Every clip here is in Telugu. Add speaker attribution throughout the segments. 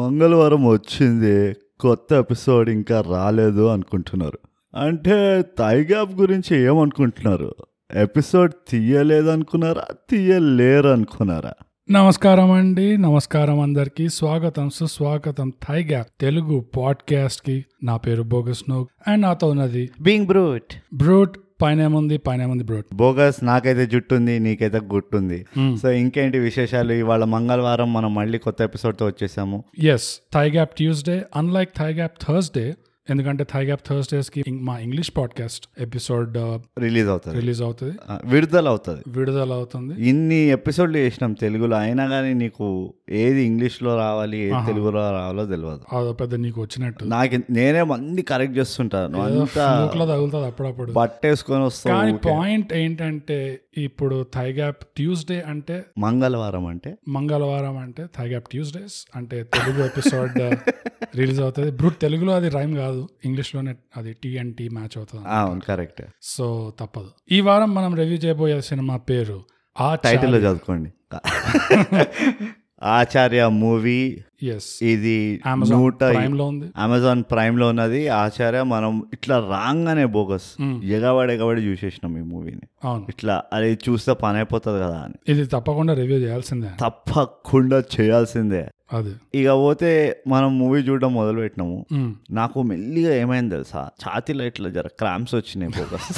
Speaker 1: మంగళవారం వచ్చింది కొత్త ఎపిసోడ్ ఇంకా రాలేదు అనుకుంటున్నారు అంటే థైగ్యాప్ గురించి ఏమనుకుంటున్నారు ఎపిసోడ్ తీయలేదనుకున్నారా తీయలేరు అనుకున్నారా
Speaker 2: నమస్కారం అండి నమస్కారం అందరికీ స్వాగతం సుస్వాగతం థైగా తెలుగు పాడ్కాస్ట్ కి నా పేరు బోగస్ నోగ్ అండ్ నాతో ఉన్నది
Speaker 3: బీయింగ్ బ్రూట్
Speaker 2: బ్రూట్ పైన ఏముంది పైన ఏముంది బ్రూట్
Speaker 1: బోగస్ నాకైతే జుట్టుంది నీకైతే గుట్టుంది సో ఇంకేంటి విశేషాలు ఇవాళ మంగళవారం మనం మళ్ళీ కొత్త ఎపిసోడ్తో వచ్చేసాము
Speaker 2: yes thigh gap Tuesday unlike thigh gap Thursday ఎందుకంటే థైగ్యాప్ థర్స్డేస్ కి ఇం- మా ఇంగ్లీష్ పాడ్కాస్ట్ ఎపిసోడ్
Speaker 1: రిలీజ్ అవుతుంది
Speaker 2: రిలీజ్ అవుతుంది
Speaker 1: ఆ, విడుదల అవుతుంది
Speaker 2: uh, విడుదల అవుతుంది
Speaker 1: ఇన్ని ఎపిసోడ్లు చేసినాం తెలుగులో అయినా కానీ నీకు ఏది ఇంగ్లీష్లో రావాలి ఏది తెలుగులో రావాలో తెలియదు
Speaker 2: అదో పెద్ద నీకు వచ్చినట్టు
Speaker 1: నాకు నేనే మంది కరెక్ట్ చేస్తుంటాను అంతా
Speaker 2: లో తగులుతుంది అప్పుడప్పుడు
Speaker 1: పట్టేసుకొని
Speaker 2: కానీ
Speaker 1: వస్తాను
Speaker 2: పాయింట్ ఏంటంటే ఇప్పుడు థైగ్యాప్ ట్యూస్డే అంటే
Speaker 1: మంగళవారం అంటే
Speaker 2: మంగళవారం అంటే థైగ్యాప్ ట్యూస్డేస్ అంటే తెలుగు ఎపిసోడ్ uh, రిలీజ్ అవుతుంది బ్రూట్ తెలుగులో అది రైమ్ కాదు ఇంగ్లీష్లోనే అది టీ అండ్ టీ మ్యాచ్ అవుతుంది
Speaker 1: ఆ, అవును కరెక్ట్
Speaker 2: సో తప్పదు ఈ వారం మనం రివ్యూ చేయబోయే సినిమా పేరు ఆ
Speaker 1: టైటిల్ చదువుకోండి ఆచార్య మూవీ
Speaker 2: ఎస్
Speaker 1: ఇది
Speaker 2: అమెజాన్
Speaker 1: నూట
Speaker 2: ప్రైమ్ లో ఉంది
Speaker 1: అమెజాన్ ప్రైమ్ లో ఉన్నది ఆచార్య మనం ఇట్లా రాంగానే బోగస్
Speaker 2: Hmm.
Speaker 1: ఎగవాడి ఎగవాడి చూసేసినాం ఈ మూవీని
Speaker 2: అవును
Speaker 1: ఇట్లా అది చూస్తే పని అయిపోతుంది కదా అని
Speaker 2: ఇది తప్పకుండా రివ్యూ చేయాల్సిందే
Speaker 1: తప్పకుండా చేయాల్సిందే
Speaker 2: అది
Speaker 1: ఇక పోతే మనం మూవీ చూడడం మొదలు పెట్టినాము
Speaker 2: మ్.
Speaker 1: నాకు మెల్లిగా ఏమైంది తెలుసా ఛాతీలో ఇట్లా జర క్రాంప్స్ వచ్చినాయి ఫోకస్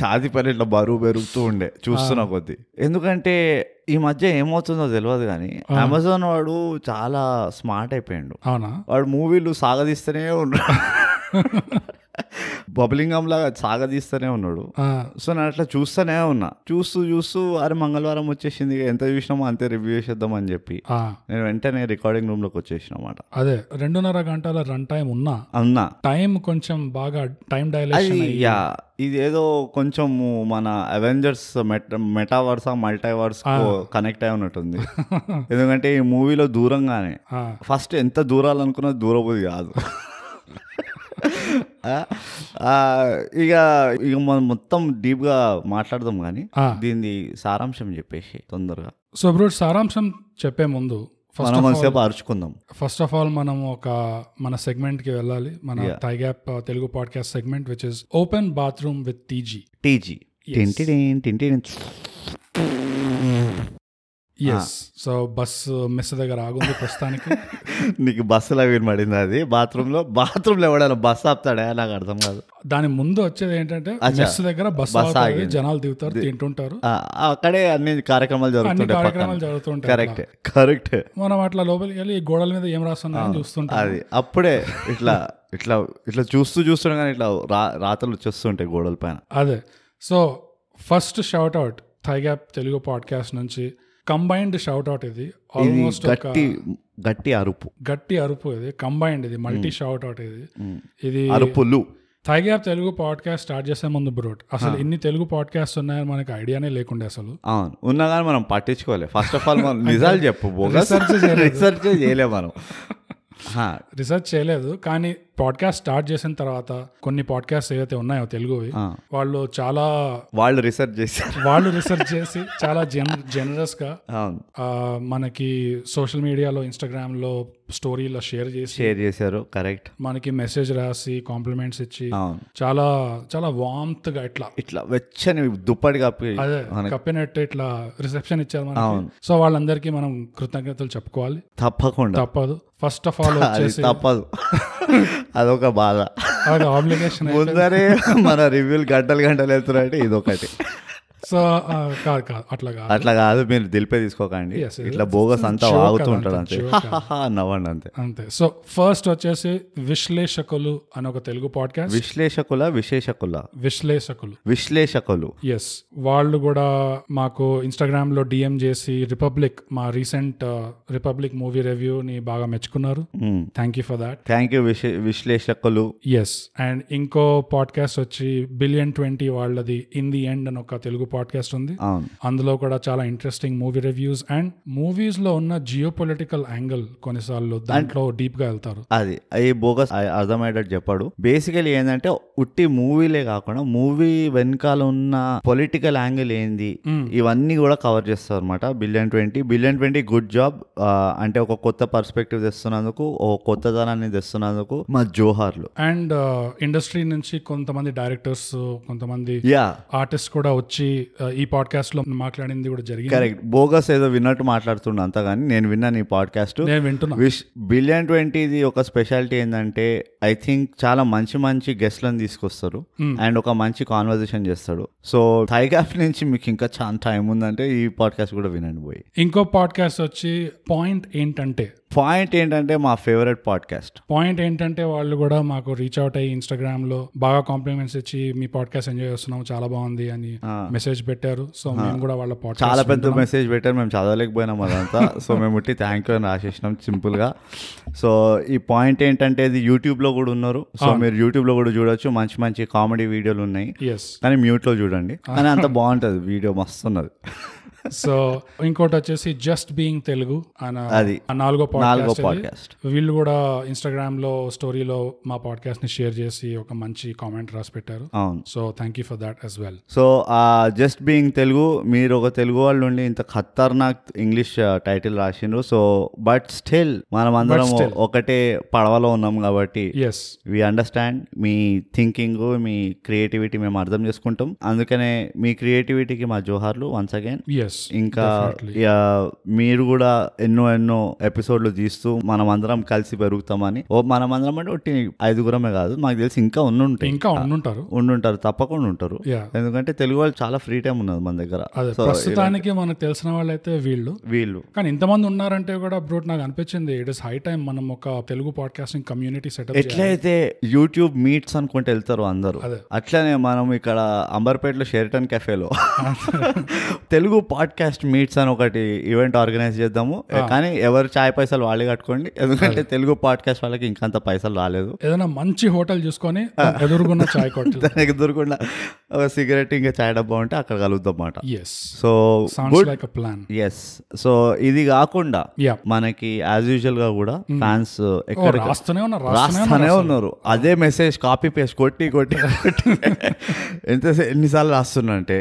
Speaker 1: ఛాతీ పైన ఇట్లా బరువు పెరుగుతూ ఉండే చూస్తున్న కొద్దీ ఎందుకంటే ఈ మధ్య ఏమవుతుందో తెలియదు కానీ అమెజాన్ వాడు చాలా స్మార్ట్ అయిపోయాడు
Speaker 2: అవునా
Speaker 1: వాడు మూవీలు సాగదీస్తూనే ఉన్నాడు బబులింగం లాగా సాగదీస్తూనే ఉన్నాడు
Speaker 2: ఆ,
Speaker 1: సో నేను అట్లా చూస్తూనే ఉన్నా చూస్తూ చూస్తూ అరే మంగళవారం వచ్చేసింది ఎంత చూసినామో అంతే రివ్యూ చేసేద్దాం అని చెప్పి
Speaker 2: ఆ,
Speaker 1: నేను వెంటనే రికార్డింగ్ రూమ్లోకి వచ్చేసిన అన్నమాట
Speaker 2: అదే రెండున్నర గంటల రన్ టైం ఉన్నా
Speaker 1: అన్నా
Speaker 2: టైం కొంచెం బాగా టైం డైలేషన్
Speaker 1: అది యా ఇది ఏదో కొంచెం మన అవెంజర్స్ మెటావర్స్ మల్టీవర్స్ కనెక్ట్ అయి ఉన్నట్టుంది ఎందుకంటే ఈ మూవీలో దూరంగానే ఫస్ట్ ఎంత దూరాలనుకున్నా దూరపోదు కాదు ఆ, ఆ, ఇక ఇక మనం మొత్తం డీప్ గా మాట్లాడదాం కానీ దీన్ని సారాంశం చెప్పేసి తొందరగా
Speaker 2: సో బ్రూట్ సారాంశం చెప్పే ముందు ఫస్ట్
Speaker 1: మనం సేపు అరుచుకుందాం
Speaker 2: ఫస్ట్ ఆఫ్ ఆల్ మనం ఒక మన సెగ్మెంట్ కి వెళ్ళాలి మన uh, thigh gap Telugu podcast segment which is open bathroom with TG
Speaker 1: TG టింటి టింటి
Speaker 2: yes
Speaker 1: Ah.
Speaker 2: So bus mess uh, దగ్గర ఆగుంది ప్రస్తుతానికి
Speaker 1: నీకు బస్సులో వినబడింది అది బాత్రూమ్ లో బాత్రూమ్ లో ఎవడైనా బస్సు ఆపుతాడా నాకు అర్థం కాదు
Speaker 2: దాని ముందు వచ్చేది ఏంటంటే
Speaker 1: అచ్చా.
Speaker 2: మెస్ దగ్గర బస్
Speaker 1: బస్
Speaker 2: ఆగుతుంది,
Speaker 1: ఆగింది.
Speaker 2: జనాలు దిగుతారు తింటుంటారు
Speaker 1: ఆ, ఆ, అక్కడే అన్ని కార్యక్రమాలు
Speaker 2: అన్ని
Speaker 1: జరుగుతుంటాయి
Speaker 2: కార్యక్రమాలు
Speaker 1: పక్కన.
Speaker 2: జరుగుతుంటాయి
Speaker 1: కరెక్ట్ కరెక్ట్
Speaker 2: అట్లా. మనం అట్లా లోపలికి వెళ్ళి ఈ గోడల మీద ఏం రాస్తున్నాయని చూస్తుంటాం
Speaker 1: అది అప్పుడే ఇట్లా ఇట్లా ఇట్లా చూస్తూ చూస్తుండగానే ఇట్లా రా రాతలు వచ్చేస్తుంటాయి గోడల పైన
Speaker 2: అదే so first shout out thigh gap Telugu podcast నుంచి కంబైన్డ్ షౌట్ అవుట్ ఇది
Speaker 1: ఇది
Speaker 2: ఆల్మోస్ట్ ఒక
Speaker 1: గట్టి గట్టి అరుపు
Speaker 2: గట్టి అరుపు ఇది కంబైన్డ్ ఇది మల్టీ షౌట్ అవుట్ ఇది ఇది
Speaker 1: అరుపులు
Speaker 2: థైగ్యాప్ తెలుగు పాడ్కాస్ట్ స్టార్ట్ చేసే ముందు బ్రోట్ అసలు ఇన్ని తెలుగు పాడ్కాస్ట్ ఉన్నాయని మనకి ఐడియానే లేకుండే అసలు
Speaker 1: అవును ఉన్నా కానీ మనం పట్టించుకోలే ఫస్ట్ ఆఫ్ ఆల్ మనం నిజాలు చెప్పు
Speaker 2: Research చేయలేదు.
Speaker 1: రీసెర్చ్ చేయలే మనం ఆ,
Speaker 2: రీసెర్చ్ చేయలేదు కానీ పాడ్కాస్ట్ స్టార్ట్ చేసిన తర్వాత కొన్ని పాడ్కాస్ట్ ఏవైతే ఉన్నాయో తెలుగువి
Speaker 1: ఆ.
Speaker 2: వాళ్ళు చాలా
Speaker 1: వాళ్ళు రీసెర్చ్ చేశారు
Speaker 2: వాళ్ళు రీసెర్చ్ చేసి చాలా జెన్ జనరస్ గా
Speaker 1: అవును
Speaker 2: ఆ, మనకి సోషల్ మీడియాలో ఇన్స్టాగ్రామ్ లో స్టోరీలో షేర్ చేసి
Speaker 1: షేర్ చేశారు కరెక్ట్
Speaker 2: మనకి మెసేజ్ రాసి కాంప్లిమెంట్స్ ఇచ్చి
Speaker 1: అవును
Speaker 2: చాలా చాలా వామ్త్ గా ఇట్లా
Speaker 1: ఇట్లా వెచ్చని దుప్పటి కప్పి
Speaker 2: అదే
Speaker 1: మనకి
Speaker 2: కప్పినట్టు ఇట్లా రిసెప్షన్ ఇచ్చారు
Speaker 1: అవును.
Speaker 2: మనకి సో వాళ్ళందరికీ మనం కృతజ్ఞతలు చెప్పుకోవాలి
Speaker 1: తప్పకుండా
Speaker 2: తప్పదు ఫస్ట్ ఆఫ్ ఆల్
Speaker 1: అది
Speaker 2: వచ్చేసి
Speaker 1: తప్పదు అదొక బాధ
Speaker 2: అది ఆబ్లిగేషన్
Speaker 1: ముందరే మన రివ్యూలు గంటలు గంటలు వెళ్తున్నాయంటే ఇదొకటి
Speaker 2: సో ఆ, కాదు కాదు అట్లా కాదు
Speaker 1: అట్లా కాదు మీరు దిలిపే తీసుకోకండి
Speaker 2: Yes, yes.
Speaker 1: ఇట్లా బోగస్ అంతా
Speaker 2: Joke
Speaker 1: వాగుతూ
Speaker 2: అదంతా,
Speaker 1: ఉంటాడు అంతే
Speaker 2: joke
Speaker 1: హా, హా, హా అని నవ్వండి అంతే
Speaker 2: అంతే సో ఫస్ట్ వచ్చేసి విశ్లేషకులు అని ఒక తెలుగు పాడ్కాస్ట్
Speaker 1: విశ్లేషకుల విశేషకుల
Speaker 2: విశ్లేషకులు
Speaker 1: విశ్లేషకులు
Speaker 2: ఎస్ వాళ్ళు కూడా మాకు ఇన్స్టాగ్రామ్ లో డిఎం చేసి రిపబ్లిక్ మా రీసెంట్ రిపబ్లిక్ మూవీ రివ్యూ ని బాగా మెచ్చుకున్నారు thank you for that
Speaker 1: thank you విశే విశ్లేషకులు
Speaker 2: ఎస్ అండ్ ఇంకో పాడ్కాస్ట్ వచ్చి బిలియన్ ట్వంటీ వాళ్ళది ఇన్ ది ఎండ్ అని ఒక తెలుగు పాడ్కాస్ట్ ఉంది
Speaker 1: అవును
Speaker 2: అందులో కూడా చాలా interesting movie reviews and movies లో ఉన్న జియో పొలిటికల్ యాంగిల్ కొన్నిసార్లు దాంట్లో డీప్ గా వెళ్తారు
Speaker 1: అది ఈ బోగస్ అ- అర్థమయ్యేటట్టు చెప్పాడు బేసికలీ ఏంటంటే ఉట్టి మూవీలే కాకుండా మూవీ వెనకాల ఉన్న పొలిటికల్ యాంగిల్ ఏంది ఇవన్నీ కూడా కవర్ చేస్తారు అనమాట billion twenty billion twenty good job అంటే ఒక కొత్త పర్స్పెక్టివ్ తెస్తున్నందుకు ఒక కొత్తదనాన్ని తెస్తున్నందుకు మా జోహార్లు
Speaker 2: అండ్ ఇండస్ట్రీ uh, నుంచి కొంతమంది డైరెక్టర్స్ కొంతమంది
Speaker 1: యా
Speaker 2: ఆర్టిస్ట్ కూడా వచ్చి ఆ, ఈ పాడ్కాస్ట్ లో మాట్లాడింది కూడా జరిగింది
Speaker 1: కరెక్ట్ బోగస్ ఏదో విన్నట్టు మాట్లాడుతున్నా అంతా కానీ నేను విన్నాను ఈ పాడ్కాస్ట్
Speaker 2: నేను వింటున్నా
Speaker 1: విష్ బిలియన్ ట్వంటీది ఒక స్పెషాలిటీ ఏంటంటే ఐ థింక్ చాలా మంచి మంచి గెస్ట్లను తీసుకొస్తారు
Speaker 2: Hmm.
Speaker 1: అండ్ ఒక మంచి కాన్వర్జేషన్ చేస్తాడు సో థైగాఫ్ నుంచి మీకు ఇంకా చాలా టైం ఉందంటే ఈ పాడ్కాస్ట్ కూడా వినండి పోయి
Speaker 2: ఇంకో పాడ్కాస్ట్ వచ్చి పాయింట్ ఏంటంటే
Speaker 1: పాయింట్ ఏంటంటే మా ఫేవరెట్ పాడ్కాస్ట్
Speaker 2: పాయింట్ ఏంటంటే వాళ్ళు కూడా మాకు రీచ్ అవుట్ అయ్యి ఇన్స్టాగ్రామ్ లో బాగా కాంప్లిమెంట్స్ ఇచ్చి మీ పాడ్కాస్ట్ ఎంజాయ్ చేస్తున్నాం చాలా బాగుంది అని మెసేజ్ పెట్టారు సో మేము కూడా వాళ్ళ
Speaker 1: చాలా
Speaker 2: పాడ్కాస్ట్
Speaker 1: పెద్ద మెసేజ్ పెట్టారు మేము చదవలేకపోయినాం అదంతా సో మేము ఉట్టి థ్యాంక్ యూ అని రాసేసినాం సింపుల్గా సో ఈ పాయింట్ ఏంటంటే ఇది యూట్యూబ్లో కూడా ఉన్నారు సో మీరు యూట్యూబ్లో కూడా చూడొచ్చు మంచి మంచి కామెడీ వీడియోలు ఉన్నాయి
Speaker 2: ఎస్
Speaker 1: కానీ మ్యూట్లో చూడండి కానీ అంత బాగుంటుంది వీడియో మస్తు ఉన్నది
Speaker 2: సో ఇంకోటి వచ్చేసి జస్ట్ బీయింగ్ తెలుగు అన
Speaker 1: అది.
Speaker 2: ఆ నాలుగో
Speaker 1: నాలుగో
Speaker 2: పాడ్కాస్ట్ ఇది.
Speaker 1: పాడ్కాస్ట్
Speaker 2: వీళ్ళు కూడా ఇన్స్టాగ్రామ్ లో స్టోరీలో మా పాడ్కాస్ట్ ని షేర్ చేసి ఒక మంచి కామెంట్ రాసి పెట్టారు
Speaker 1: అవును
Speaker 2: so thank you for that as well
Speaker 1: so ఆ జస్ట్ బీయింగ్ తెలుగు మీరు ఒక తెలుగు వాళ్ళు ఉండి ఇంత ఖతర్నాక్ ఇంగ్లీష్ టైటిల్ రాసిండ్రు సో బట్ స్టిల్ మనం అందరం
Speaker 2: still.
Speaker 1: ఒకటే పడవలో ఉన్నాం కాబట్టి
Speaker 2: ఎస్
Speaker 1: వి అండర్స్టాండ్ మీ థింకింగ్ మీ క్రియేటివిటీ మేము అర్థం చేసుకుంటాం అందుకనే మీ క్రియేటివిటీకి మా జోహార్లు వన్స్ అగైన్
Speaker 2: ఎస్
Speaker 1: ఇంకా యా, మీరు కూడా ఎన్నో ఎన్నో ఎపిసోడ్లు తీస్తూ మనం అందరం కలిసి పెరుగుతామని ఓ మనం అందరం అంటే ఒట్టి ఐదుగురమే కాదు నాకు తెలిసి ఇంకా ఉన్నుంటాయి
Speaker 2: ఇంకా ఉండుంటారు
Speaker 1: ఉండుంటారు తప్పకుండా ఉంటారు
Speaker 2: యా
Speaker 1: ఎందుకంటే తెలుగు వాళ్ళు చాలా ఫ్రీ టైం ఉన్నది మన దగ్గర
Speaker 2: అదే
Speaker 1: So,
Speaker 2: ప్రస్తుతానికి మనకు తెలిసిన వాళ్ళైతే వీళ్ళు
Speaker 1: వీళ్ళు
Speaker 2: కానీ ఇంతమంది ఉన్నారంటే కూడా బ్రోట్ నాకు అనిపించింది ఇట్ ఇస్ హై టైం మనం ఒక తెలుగు పాడ్కాస్టింగ్ కమ్యూనిటీ సెటప్
Speaker 1: ఎట్లయితే యూట్యూబ్ మీట్స్ అనుకుంటే వెళ్తారు అందరూ
Speaker 2: అదే.
Speaker 1: అట్లనే మనం ఇక్కడ అంబర్పేటలో షెరిటన్ కెఫేలో తెలుగు పాడ్కాస్ట్ మీట్స్ అని ఒకటి ఈవెంట్ ఆర్గనైజ్ చేద్దాము కానీ ఎవరు చాయ్ పైసలు వాళ్ళే కట్టుకోండి ఎందుకంటే తెలుగు పాడ్కాస్ట్ వాళ్ళకి ఇంకంత పైసలు రాలేదు
Speaker 2: ఏదైనా మంచి హోటల్ చూసుకొని ఎదురుగున్న చాయ్ కొట్టలు
Speaker 1: దానికి దొరకకుండా ఒక సిగరెట్ ఇంకా చాయ్ డబ్బా ఉంటే అక్కడ కలుద్దాం అన్నమాట
Speaker 2: yes
Speaker 1: so
Speaker 2: sounds like a plan
Speaker 1: yes so ఇది కాకుండా
Speaker 2: యా
Speaker 1: మనకి యాజ్ యూజువల్ గా కూడా ఫ్యాన్స్ ఎక్కడ
Speaker 2: రాస్తూనే ఉన్నారు రాస్తూనే ఉన్నారు
Speaker 1: రాస్తానే ఉన్నారు అదే మెసేజ్ కాపీ పేస్ట్ కొట్టి కొట్టి కొట్టి ఎంత ఎన్నిసార్లు రాస్తున్నంటే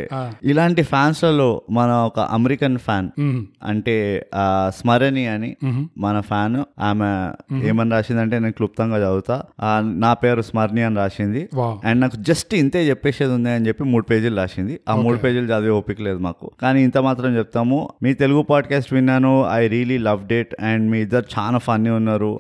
Speaker 1: ఇలాంటి ఫ్యాన్స్ లలో మన ఒక అమెరికన్ ఫ్యాన్
Speaker 2: మ్మ్.
Speaker 1: అంటే ఆ, స్మరణి అని
Speaker 2: మ్మ్.
Speaker 1: మన ఫ్యాన్ ఆమె ఏమని రాసిందంటే నేను క్లుప్తంగా చదువుతా ఆ, నా పేరు స్మరణి అని రాసింది
Speaker 2: వావ్
Speaker 1: అండ్ నాకు జస్ట్ ఇంతే చెప్పేసేది ఉంది అని చెప్పి మూడు పేజీలు రాసింది ఆ మూడు పేజీలు చదివే ఓపిక లేదు మాకు కానీ ఇంత మాత్రం చెప్తాము మీ తెలుగు పాడ్కాస్ట్ విన్నాను I really love that and మీ ఇద్దరు చాలా ఫన్నీ ఉన్నారు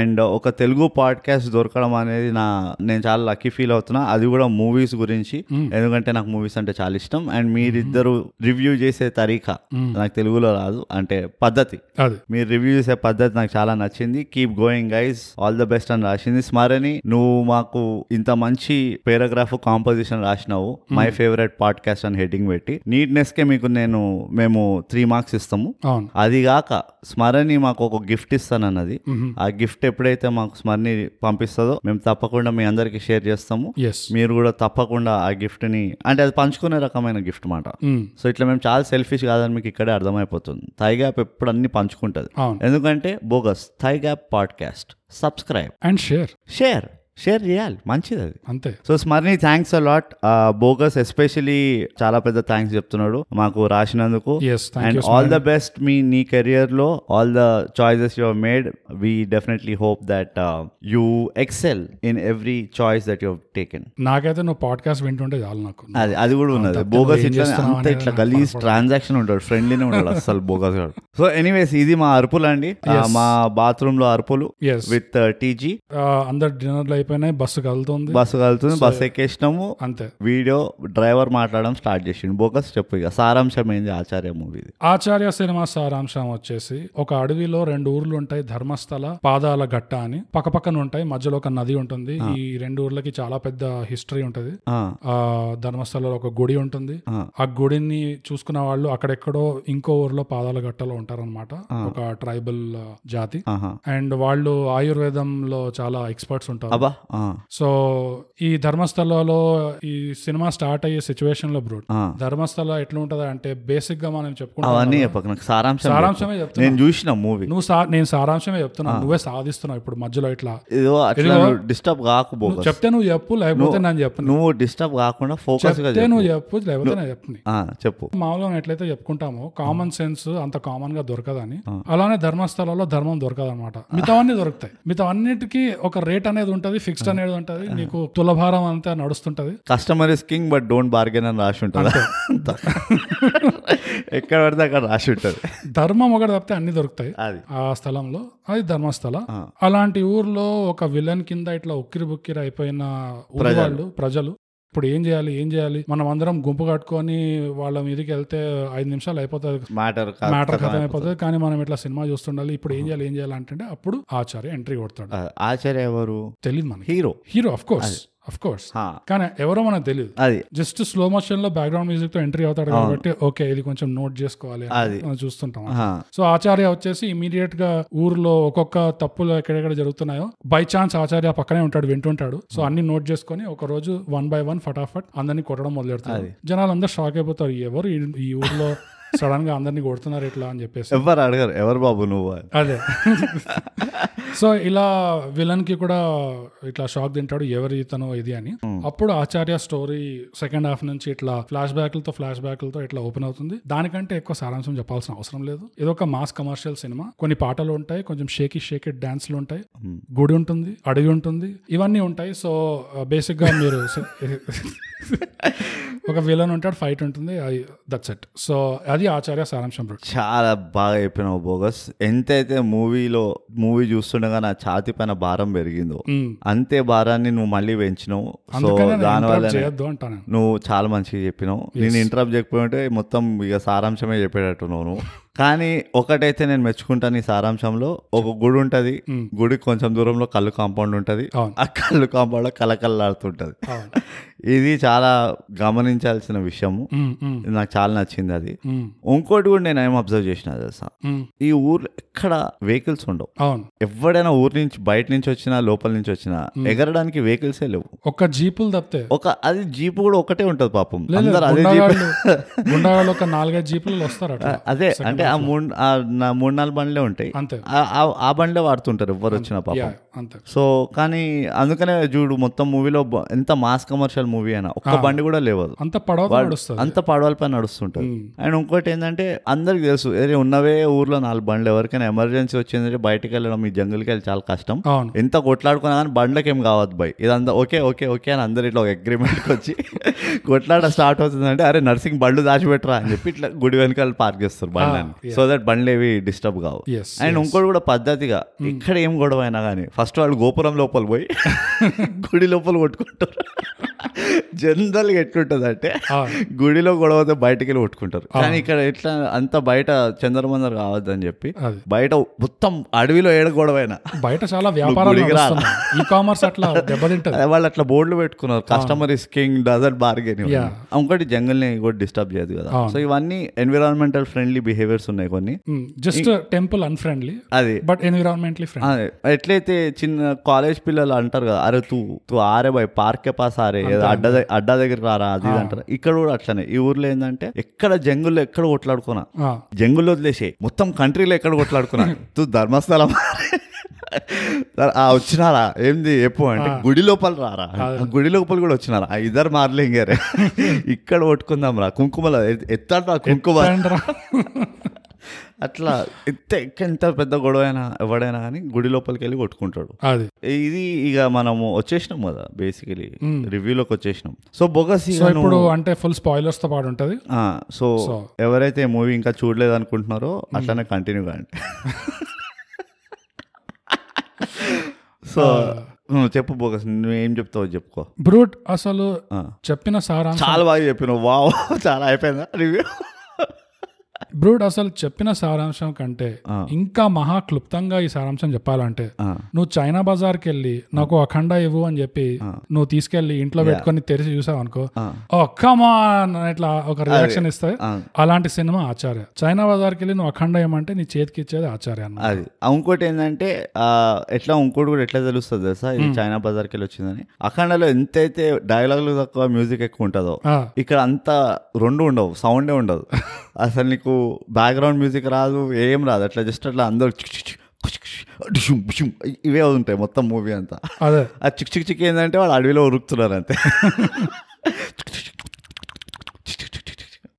Speaker 1: అండ్ ఒక తెలుగు పాడ్కాస్ట్ దొరకడం అనేది నా నేను చాలా లక్కీ ఫీల్ అవుతున్నా అది కూడా మూవీస్ గురించి ఎందుకంటే నాకు మూవీస్ అంటే చాలా ఇష్టం అండ్ మీరిద్దరు రివ్యూ చేసే తరీకా నాకు తెలుగులో రాదు అంటే పద్ధతి
Speaker 2: అది
Speaker 1: మీరు రివ్యూ చేసే పద్ధతి నాకు చాలా నచ్చింది keep going guys all the best అని రాసింది స్మరణి నువ్వు మాకు ఇంత మంచి పేరాగ్రాఫ్ కాంపోజిషన్ రాసినావు మై ఫేవరెట్ పాడ్కాస్ట్ అని హెడ్డింగ్ పెట్టి నీట్నెస్ కే మీకు నేను మేము త్రీ మార్క్స్ ఇస్తాము
Speaker 2: అవును
Speaker 1: అది కాక స్మరణి మాకు ఒక గిఫ్ట్ ఇస్తానన్నది ఆ గిఫ్ట్ ఎప్పుడైతే మాకు స్మరణి పంపిస్తుందో మేము తప్పకుండా మీ అందరికీ షేర్ చేస్తాము
Speaker 2: ఎస్
Speaker 1: మీరు కూడా తప్పకుండా ఆ గిఫ్ట్ ని అంటే అది పంచుకునే రకమైన గిఫ్ట్ మాట
Speaker 2: Mm-hmm.
Speaker 1: సో ఇట్లా మేము చాలా సెల్ఫిష్ కాదని మీకు ఇక్కడే అర్థమైపోతుంది థై గ్యాప్ ఎప్పుడు అన్ని పంచుకుంటుంది
Speaker 2: అవును
Speaker 1: ఎందుకంటే bogus thigh gap podcast subscribe
Speaker 2: and share
Speaker 1: share share చేయాలి మంచిది అది
Speaker 2: అంతే
Speaker 1: so Smarani thanks a lot Uh, bogus especially చాలా పెద్ద థ్యాంక్స్ చెప్తున్నాడు మాకు రాసినందుకు
Speaker 2: yes thank
Speaker 1: and
Speaker 2: you
Speaker 1: all the best మీ నీ కెరియర్ లో all the choices you have made we definitely hope that you excel in every choice that you have taken
Speaker 2: నాకైతే నువ్వు పాడ్కాస్ట్ వింటుంటే చాలు నాకు
Speaker 1: అది అది కూడా ఉన్నది
Speaker 2: అంత
Speaker 1: బోగస్
Speaker 2: ఏం
Speaker 1: ఇట్లా
Speaker 2: చేస్తున్నావు
Speaker 1: అంత
Speaker 2: అనేది
Speaker 1: ఇట్లా
Speaker 2: నాకు
Speaker 1: గలీజ్ ట్రాన్సాక్షన్ ఉంటాడు ఫ్రెండ్లీనే ఉంటాడు అసలు బోగస్ గాడు సో ఎనీవేస్ ఇది మా అరుపులు అండి ఆ,
Speaker 2: Yes.
Speaker 1: మా బాత్రూమ్ లో అరుపులు uh,
Speaker 2: ఎస్
Speaker 1: విత్ టీజీ
Speaker 2: అందరు డిన్నర్లు అయిపోయినాయి బస్సు కలుతుంది
Speaker 1: బస్సు కలుతుంది బస్సు ఎక్కేసినాము
Speaker 2: అంతే
Speaker 1: వీడియో డ్రైవర్ మాట్లాడడం స్టార్ట్ చేసిండు బోగస్ చెప్పు ఇక సారాంశం ఏంది ఆచార్య మూవీది
Speaker 2: ఆచార్య సినిమా సారాంశం వచ్చేసి ఒక అడవిలో రెండు ఊర్లు ఉంటాయి ధర్మస్థల పాదాల గట్ట అని పక్కపక్కన ఉంటాయి మధ్యలో ఒక నది ఉంటుంది ఈ రెండు ఊర్లకి చాలా పెద్ద హిస్టరీ ఉంటది
Speaker 1: ఆ,
Speaker 2: ఆ ధర్మస్థలలో ఒక గుడి ఉంటుంది
Speaker 1: ఆ.
Speaker 2: ఆ గుడిని చూసుకున్న వాళ్ళు అక్కడెక్కడో ఇంకో ఊర్లో పాదాల గట్టలో ఉంటారన్నమాట ఒక ట్రైబల్ జాతి
Speaker 1: ఆహా
Speaker 2: అండ్ వాళ్ళు ఆయుర్వేదంలో చాలా ఎక్స్పర్ట్స్ ఉంటారు
Speaker 1: అబ్బా ఆ,
Speaker 2: సో ఈ ధర్మస్థలలో ఈ సినిమా స్టార్ట్ అయ్యే సిచ్యువేషన్ లో బ్రూట్
Speaker 1: ఆ.
Speaker 2: ధర్మస్థల ఎట్లా ఉంటది అంటే బేసిక్ గా మనం చెప్పుకుంటాం
Speaker 1: అవన్నీ చెప్పకు నాకు సారాంశం
Speaker 2: సారాంశమే
Speaker 1: చెప్పు.
Speaker 2: చెప్తున్నా.
Speaker 1: నేను చూసిన మూవీ
Speaker 2: నువ్వు సా- నేను సారాంశమే చెప్తున్నా నువ్వే సాధిస్తున్నావు ఇప్పుడు మధ్యలో ఇట్లా
Speaker 1: ఏదో అట్లా
Speaker 2: ఇదిగో.
Speaker 1: డిస్టర్బ్
Speaker 2: నువ్వు
Speaker 1: కాకపోతే
Speaker 2: చెప్తే నువ్వు చెప్పు లేకపోతే నేను చెప్పను
Speaker 1: నువ్వు డిస్టర్బ్ కాకుండా ఫోకస్ గా
Speaker 2: చెప్తే
Speaker 1: చెప్పు.
Speaker 2: నువ్వు చెప్పు లేకపోతే నేను చెప్పను
Speaker 1: ఆ, చెప్పు
Speaker 2: మామూలుగా మనం ఎట్లయితే చెప్పుకుంటామో కామన్ సెన్స్ అంత కామన్ గా దొరకదని అలానే ధర్మస్థలాల్లో ధర్మం దొరకదు అనమాట మిగతావన్నీ దొరుకుతాయి మిగతా అన్నిటికీ ఒక రేట్ అనేది ఉంటది ఫిక్స్డ్ అనేది ఉంటది నీకు తులభారం అంతా నడుస్తుంటది
Speaker 1: customer is king but don't bargain అని రాసి ఉంటుంది అంత. ఎక్కడ పడితే అక్కడ రాసి ఉంటుంది
Speaker 2: ధర్మం ఒకటి తప్పితే అన్ని దొరుకుతాయి
Speaker 1: అది
Speaker 2: ఆ స్థలంలో అది ధర్మస్థల అలాంటి ఊర్లో ఒక విలన్ కింద ఇట్లా ఉక్కిరి బుక్కిరి అయిపోయిన ఊరి వాళ్ళు ప్రజలు ఇప్పుడు ఏం చేయాలి ఏం చేయాలి మనం అందరం గుంపు కట్టుకొని వాళ్ళ మీదకి వెళ్తే ఐదు నిమిషాలు అయిపోతుంది
Speaker 1: మ్యాటర్
Speaker 2: మ్యాటర్ ఖతం అయిపోతుంది కానీ మనం ఇట్లా సినిమా చూస్తుండాలి ఇప్పుడు ఏం చేయాలి ఏం చేయాలి అంటే అప్పుడు ఆచార్య ఎంట్రీ కొడతాడు
Speaker 1: ఆచార్య ఎవరు
Speaker 2: తెలియదు మనకి
Speaker 1: hero
Speaker 2: hero of course of course
Speaker 1: ఆ,
Speaker 2: కానీ ఎవరో మనకు తెలియదు
Speaker 1: అది
Speaker 2: జస్ట్ స్లో మోషన్ లో బ్యాక్గ్రౌండ్ మ్యూజిక్ తో ఎంట్రీ అవుతాడు కాబట్టి ఓకే ఇది కొంచెం నోట్ చేసుకోవాలి అని
Speaker 1: అది.
Speaker 2: మనం చూస్తుంటాం
Speaker 1: ఆ,
Speaker 2: సో ఆచార్య వచ్చేసి ఇమీడియట్ గా ఊర్లో ఒక్కొక్క తప్పులు ఎక్కడెక్కడ జరుగుతున్నాయో బై ఛాన్స్ ఆచార్య పక్కనే ఉంటాడు వింటుంటాడు సో అన్ని నోట్ చేసుకొని ఒక రోజు వన్ బై వన్ ఫటాఫట్ అందరినీ కొట్టడం మొదలెడతారు జనాలు అందరు షాక్ అయిపోతారు ఎవరు ఈ- ఈ ఊర్లో సడన్ గా అందరినీ కొడుతున్నారు ఇట్లా అని చెప్పేసి
Speaker 1: ఎవ్వరు అడగరు ఎవరు బాబు నువ్వు అని.
Speaker 2: అదే సో ఇలా విలన్ కి కూడా ఇట్లా షాక్ తింటాడు ఎవరు ఇతను ఇది అని అప్పుడు ఆచార్య స్టోరీ సెకండ్ హాఫ్ నుంచి ఇట్లా ఫ్లాష్ బ్యాక్లతో ఫ్లాష్ బ్యాక్లతో ఇట్లా ఓపెన్ అవుతుంది దానికంటే ఎక్కువ సారాంశం చెప్పాల్సిన అవసరం లేదు ఇది ఒక మాస్ కమర్షియల్ సినిమా కొన్ని పాటలు ఉంటాయి కొంచెం షేకీ షేకీ డాన్స్లు ఉంటాయి
Speaker 1: Hmm.
Speaker 2: గుడి ఉంటుంది అడవి ఉంటుంది ఇవన్నీ ఉంటాయి సో బేసిక్ గా మీరు ఒక విలన్ ఉంటాడు ఫైట్ ఉంటుంది దట్స్ ఇట్ సో అది ఆచార్య సారాంశం bro.
Speaker 1: చాలా బాగా చెప్పినావు బోగస్ ఎంతైతే మూవీలో మూవీ చూస్తుండగా నా ఛాతి పైన భారం పెరిగిందో
Speaker 2: Hmm.
Speaker 1: అంతే భారాన్ని నువ్వు మళ్ళీ పెంచినావు సో
Speaker 2: అందుకనే నేను interrupt
Speaker 1: దానివల్ల
Speaker 2: చేయొద్దు అంటాను
Speaker 1: నువ్వు చాలా మంచిగా చెప్పినావు నేను ఇంటరప్ట్ చేయకపోయింటే మొత్తం ఇక సారాంశమే చెప్పేటట్టున్నావు నువ్వు కానీ ఒకటైతే నేను మెచ్చుకుంటాను ఈ సారాంశంలో ఒక గుడి ఉంటుంది గుడికి కొంచెం దూరంలో కళ్ళు కాంపౌండ్ ఉంటుంది
Speaker 2: అవును.
Speaker 1: ఆ కళ్ళు కాంపౌండ్లో కలకల్లాడుతుంటది
Speaker 2: అవును.
Speaker 1: ఇది చాలా గమనించాల్సిన విషయము
Speaker 2: ఉమ్, ఉమ్,
Speaker 1: ఇది నాకు చాలా నచ్చింది అది
Speaker 2: ఉమ్,
Speaker 1: ఇంకోటి కూడా నేను ఏం అబ్జర్వ్ చేసిన తెలుసా
Speaker 2: ఉమ్.
Speaker 1: ఈ ఊర్లో ఎక్కడ వెహికల్స్ ఉండవు
Speaker 2: అవును
Speaker 1: ఎవడైనా ఊరి నుంచి బయట నుంచి వచ్చినా లోపల నుంచి వచ్చినా ఎగరడానికి వెహికల్సే లేవు
Speaker 2: ఒక్క జీపులు తప్పితే
Speaker 1: ఒక అది జీప్ కూడా ఒకటే ఉంటది పాపం
Speaker 2: లేదు,
Speaker 1: అందరు అదే జీప్
Speaker 2: గుండాగాళ్ళు గుండాగాళ్ళు ఒక నాలుగైదు జీపులు వస్తారు అట్లా
Speaker 1: అదే అంటే ఆ మూడు ఆ నా మూడు నాలుగు బండ్లే ఉంటాయి
Speaker 2: అంతే
Speaker 1: ఆ- ఆ- ఆ బండ్లే వాడుతుంటారు ఎవ్వరు వచ్చినా పాపం
Speaker 2: యా, అంతే
Speaker 1: సో కానీ అందుకనే చూడు మొత్తం మూవీలో బ- ఎంత మాస్ కమర్షియల్ మూవీ అయినా ఒక్క బండి కూడా లేవదు
Speaker 2: అంత పడవ నడుస్తుంది
Speaker 1: అంత పడవలపై నడుస్తుంటారు
Speaker 2: మ్మ్.
Speaker 1: అండ్ ఇంకోటి ఏంటంటే అందరికి తెలుసు ఏరే ఉన్నవే ఊర్లో నాలుగు బండ్లు ఎవరికైనా ఎమర్జెన్సీ వచ్చిందంటే బయటకు వెళ్ళడం ఈ జంగుల్కి వెళ్ళి చాలా కష్టం
Speaker 2: అవును
Speaker 1: ఎంత కొట్లాడుకున్నా కానీ బండ్లకి ఏం కావద్దు బై ఇదంతా ఓకే ఓకే ఓకే అని అందరు ఇట్లా ఒక అగ్రిమెంట్కి వచ్చి కొట్లాట స్టార్ట్ అవుతుందంటే అరే నర్సింగ్ బండ్లు దాచిపెట్టరా అని చెప్పి ఇట్లా గుడి వెనకాల పార్క్ చేస్తారు బండ్లని సో దట్ బండ్లు ఏవి డిస్టర్బ్ కావు
Speaker 2: ఎస్
Speaker 1: అండ్ ఇంకోటి కూడా పద్ధతిగా ఇక్కడ ఏం గొడవ అయినా కానీ ఫస్ట్ వాళ్ళు గోపురం లోపల పోయి గుడి లోపల కొట్టుకుంటారు జనరల్గా ఎట్లుంటుంది అంటే గుడిలో గొడవ అయితే బయటికి వెళ్ళి కొట్టుకుంటారు కానీ ఇక్కడ ఎట్లా అంత బయట చందరమందరు కావద్దని చెప్పి
Speaker 2: అది
Speaker 1: బయట మొత్తం అడవిలో ఏడ గొడవైనా
Speaker 2: బయట చాలా వ్యాపారాలు
Speaker 1: గుడికి రా.
Speaker 2: ఈ కామర్స్ అట్లా దెబ్బతింటది
Speaker 1: అదే వాళ్ళు అట్లా బోర్డులు పెట్టుకున్నారు customer is king doesn't bargain
Speaker 2: Yeah.
Speaker 1: ఇంకోటి జంగల్ ని కూడా డిస్టర్బ్ చేయదు కదా
Speaker 2: అవును.
Speaker 1: సో ఇవన్నీ ఎన్విరాన్మెంటల్ ఫ్రెండ్లీ బిహేవియర్స్ ఉన్నాయి కొన్ని
Speaker 2: జస్ట్ టెంపుల్ అన్ఫ్రెండ్లీ
Speaker 1: అది
Speaker 2: బట్ ఎన్విరాన్మెంట్లీ ఫ్రెండ్
Speaker 1: అదే. ఎట్లయితే చిన్న కాలేజ్ పిల్లలు అంటారు కదా అరే తూ తూ ఆరే బాయ్ పార్కే పాస్ ఆరే ఏదో అడ్డా దగ్- అడ్డా దగ్గర రారా అది ఇది అంటారు ఇక్కడ కూడా అట్లనే ఈ ఊర్లో ఏంటంటే ఎక్కడ జంగుల్లో ఎక్కడ కొట్లాడుకున్నా జంగుల్లో వదిలేసే మొత్తం కంట్రీలో ఎక్కడ కొట్లాడుకున్నా తూ ధర్మస్థలం ధర్- ఆ వచ్చినారా ఏంది ఎప్పు అంటే గుడి లోపల రారా ఆ గుడి లోపల కూడా వచ్చినారా ఆ ఇద్దరు మార్లింగారే ఇక్కడ కొట్టుకుందాం రా కుంకుమల ఎత్తాడు కుంకుమ అట్లా ఎంత ఎంత పెద్ద గొడవ అయినా ఎవడైనా కానీ గుడి లోపలికి వెళ్ళి కొట్టుకుంటాడు
Speaker 2: అది
Speaker 1: ఇది ఇక మనము వచ్చేసినాం కదా బేసికలీ రివ్యూలోకి వచ్చేసినాం సో బొగస్
Speaker 2: సో ఇప్పుడు అంటే ఫుల్ స్పాయిలర్స్ తో పాటు ఉంటది
Speaker 1: సో
Speaker 2: So.
Speaker 1: ఎవరైతే మూవీ ఇంకా చూడలేదు అనుకుంటున్నారో అట్లానే కంటిన్యూ కాండి సో నువ్వు చెప్పు బొగస్ నువ్వు ఏం చెప్తావో చెప్పుకో
Speaker 2: బ్రూట్ అసలు
Speaker 1: ఆ.
Speaker 2: చెప్పిన సారాంశం
Speaker 1: చాలా బాగా చెప్పినావు వావ్ చాలా అయిపోయిందా రివ్యూ
Speaker 2: బ్రూడ్ అసలు చెప్పిన సారాంశం కంటే
Speaker 1: ఆ.
Speaker 2: ఇంకా మహా క్లుప్తంగా ఈ సారాంశం చెప్పాలంటే
Speaker 1: ఆ,
Speaker 2: నువ్వు చైనా బజార్కి వెళ్ళి నాకు అఖండ ఇవ్వు అని చెప్పి నువ్వు తీసుకెళ్లి ఇంట్లో పెట్టుకొని తెరిచి చూసావు అనుకో
Speaker 1: ఆ.
Speaker 2: ఓ కమాన్ ఇట్లా ఒక రియాక్షన్ ఇస్తాయి
Speaker 1: ఆ.
Speaker 2: అలాంటి సినిమా ఆచార్య చైనా బజార్కి వెళ్ళి నువ్వు అఖండ ఇవ్వమంటే నీ చేతికి ఇచ్చేది ఆచార్య అన్న
Speaker 1: అది ఆ, ఇంకోటి ఏంటంటే ఆ, ఎట్లా ఇంకోటి కూడా ఎట్లా తెలుస్తుంది తెలుసా ఇది చైనా బజార్కి వెళ్ళి వచ్చిందని అఖండలో ఎంతైతే డైలాగులు తక్కువ మ్యూజిక్ ఎక్కువ ఉంటుందో
Speaker 2: ఆ,
Speaker 1: ఇక్కడ అంతా రెండు ఉండవు సౌండే ఉండదు అసలు నీకు బ్యాక్గ్రౌండ్ మ్యూజిక్ రాదు ఏం రాదు అట్లా జస్ట్ అట్లా అందరు చిక్ చిక్ చిక్, కుష్ కుష్, డిషుమ్ బిషుమ్ ఇవే ఉంటాయి మొత్తం మూవీ అంతా
Speaker 2: అదే
Speaker 1: ఆ చిక్ చిక్ చిక్ ఏంటంటే వాళ్ళు అడవిలో ఉరుకుతున్నారు అంతే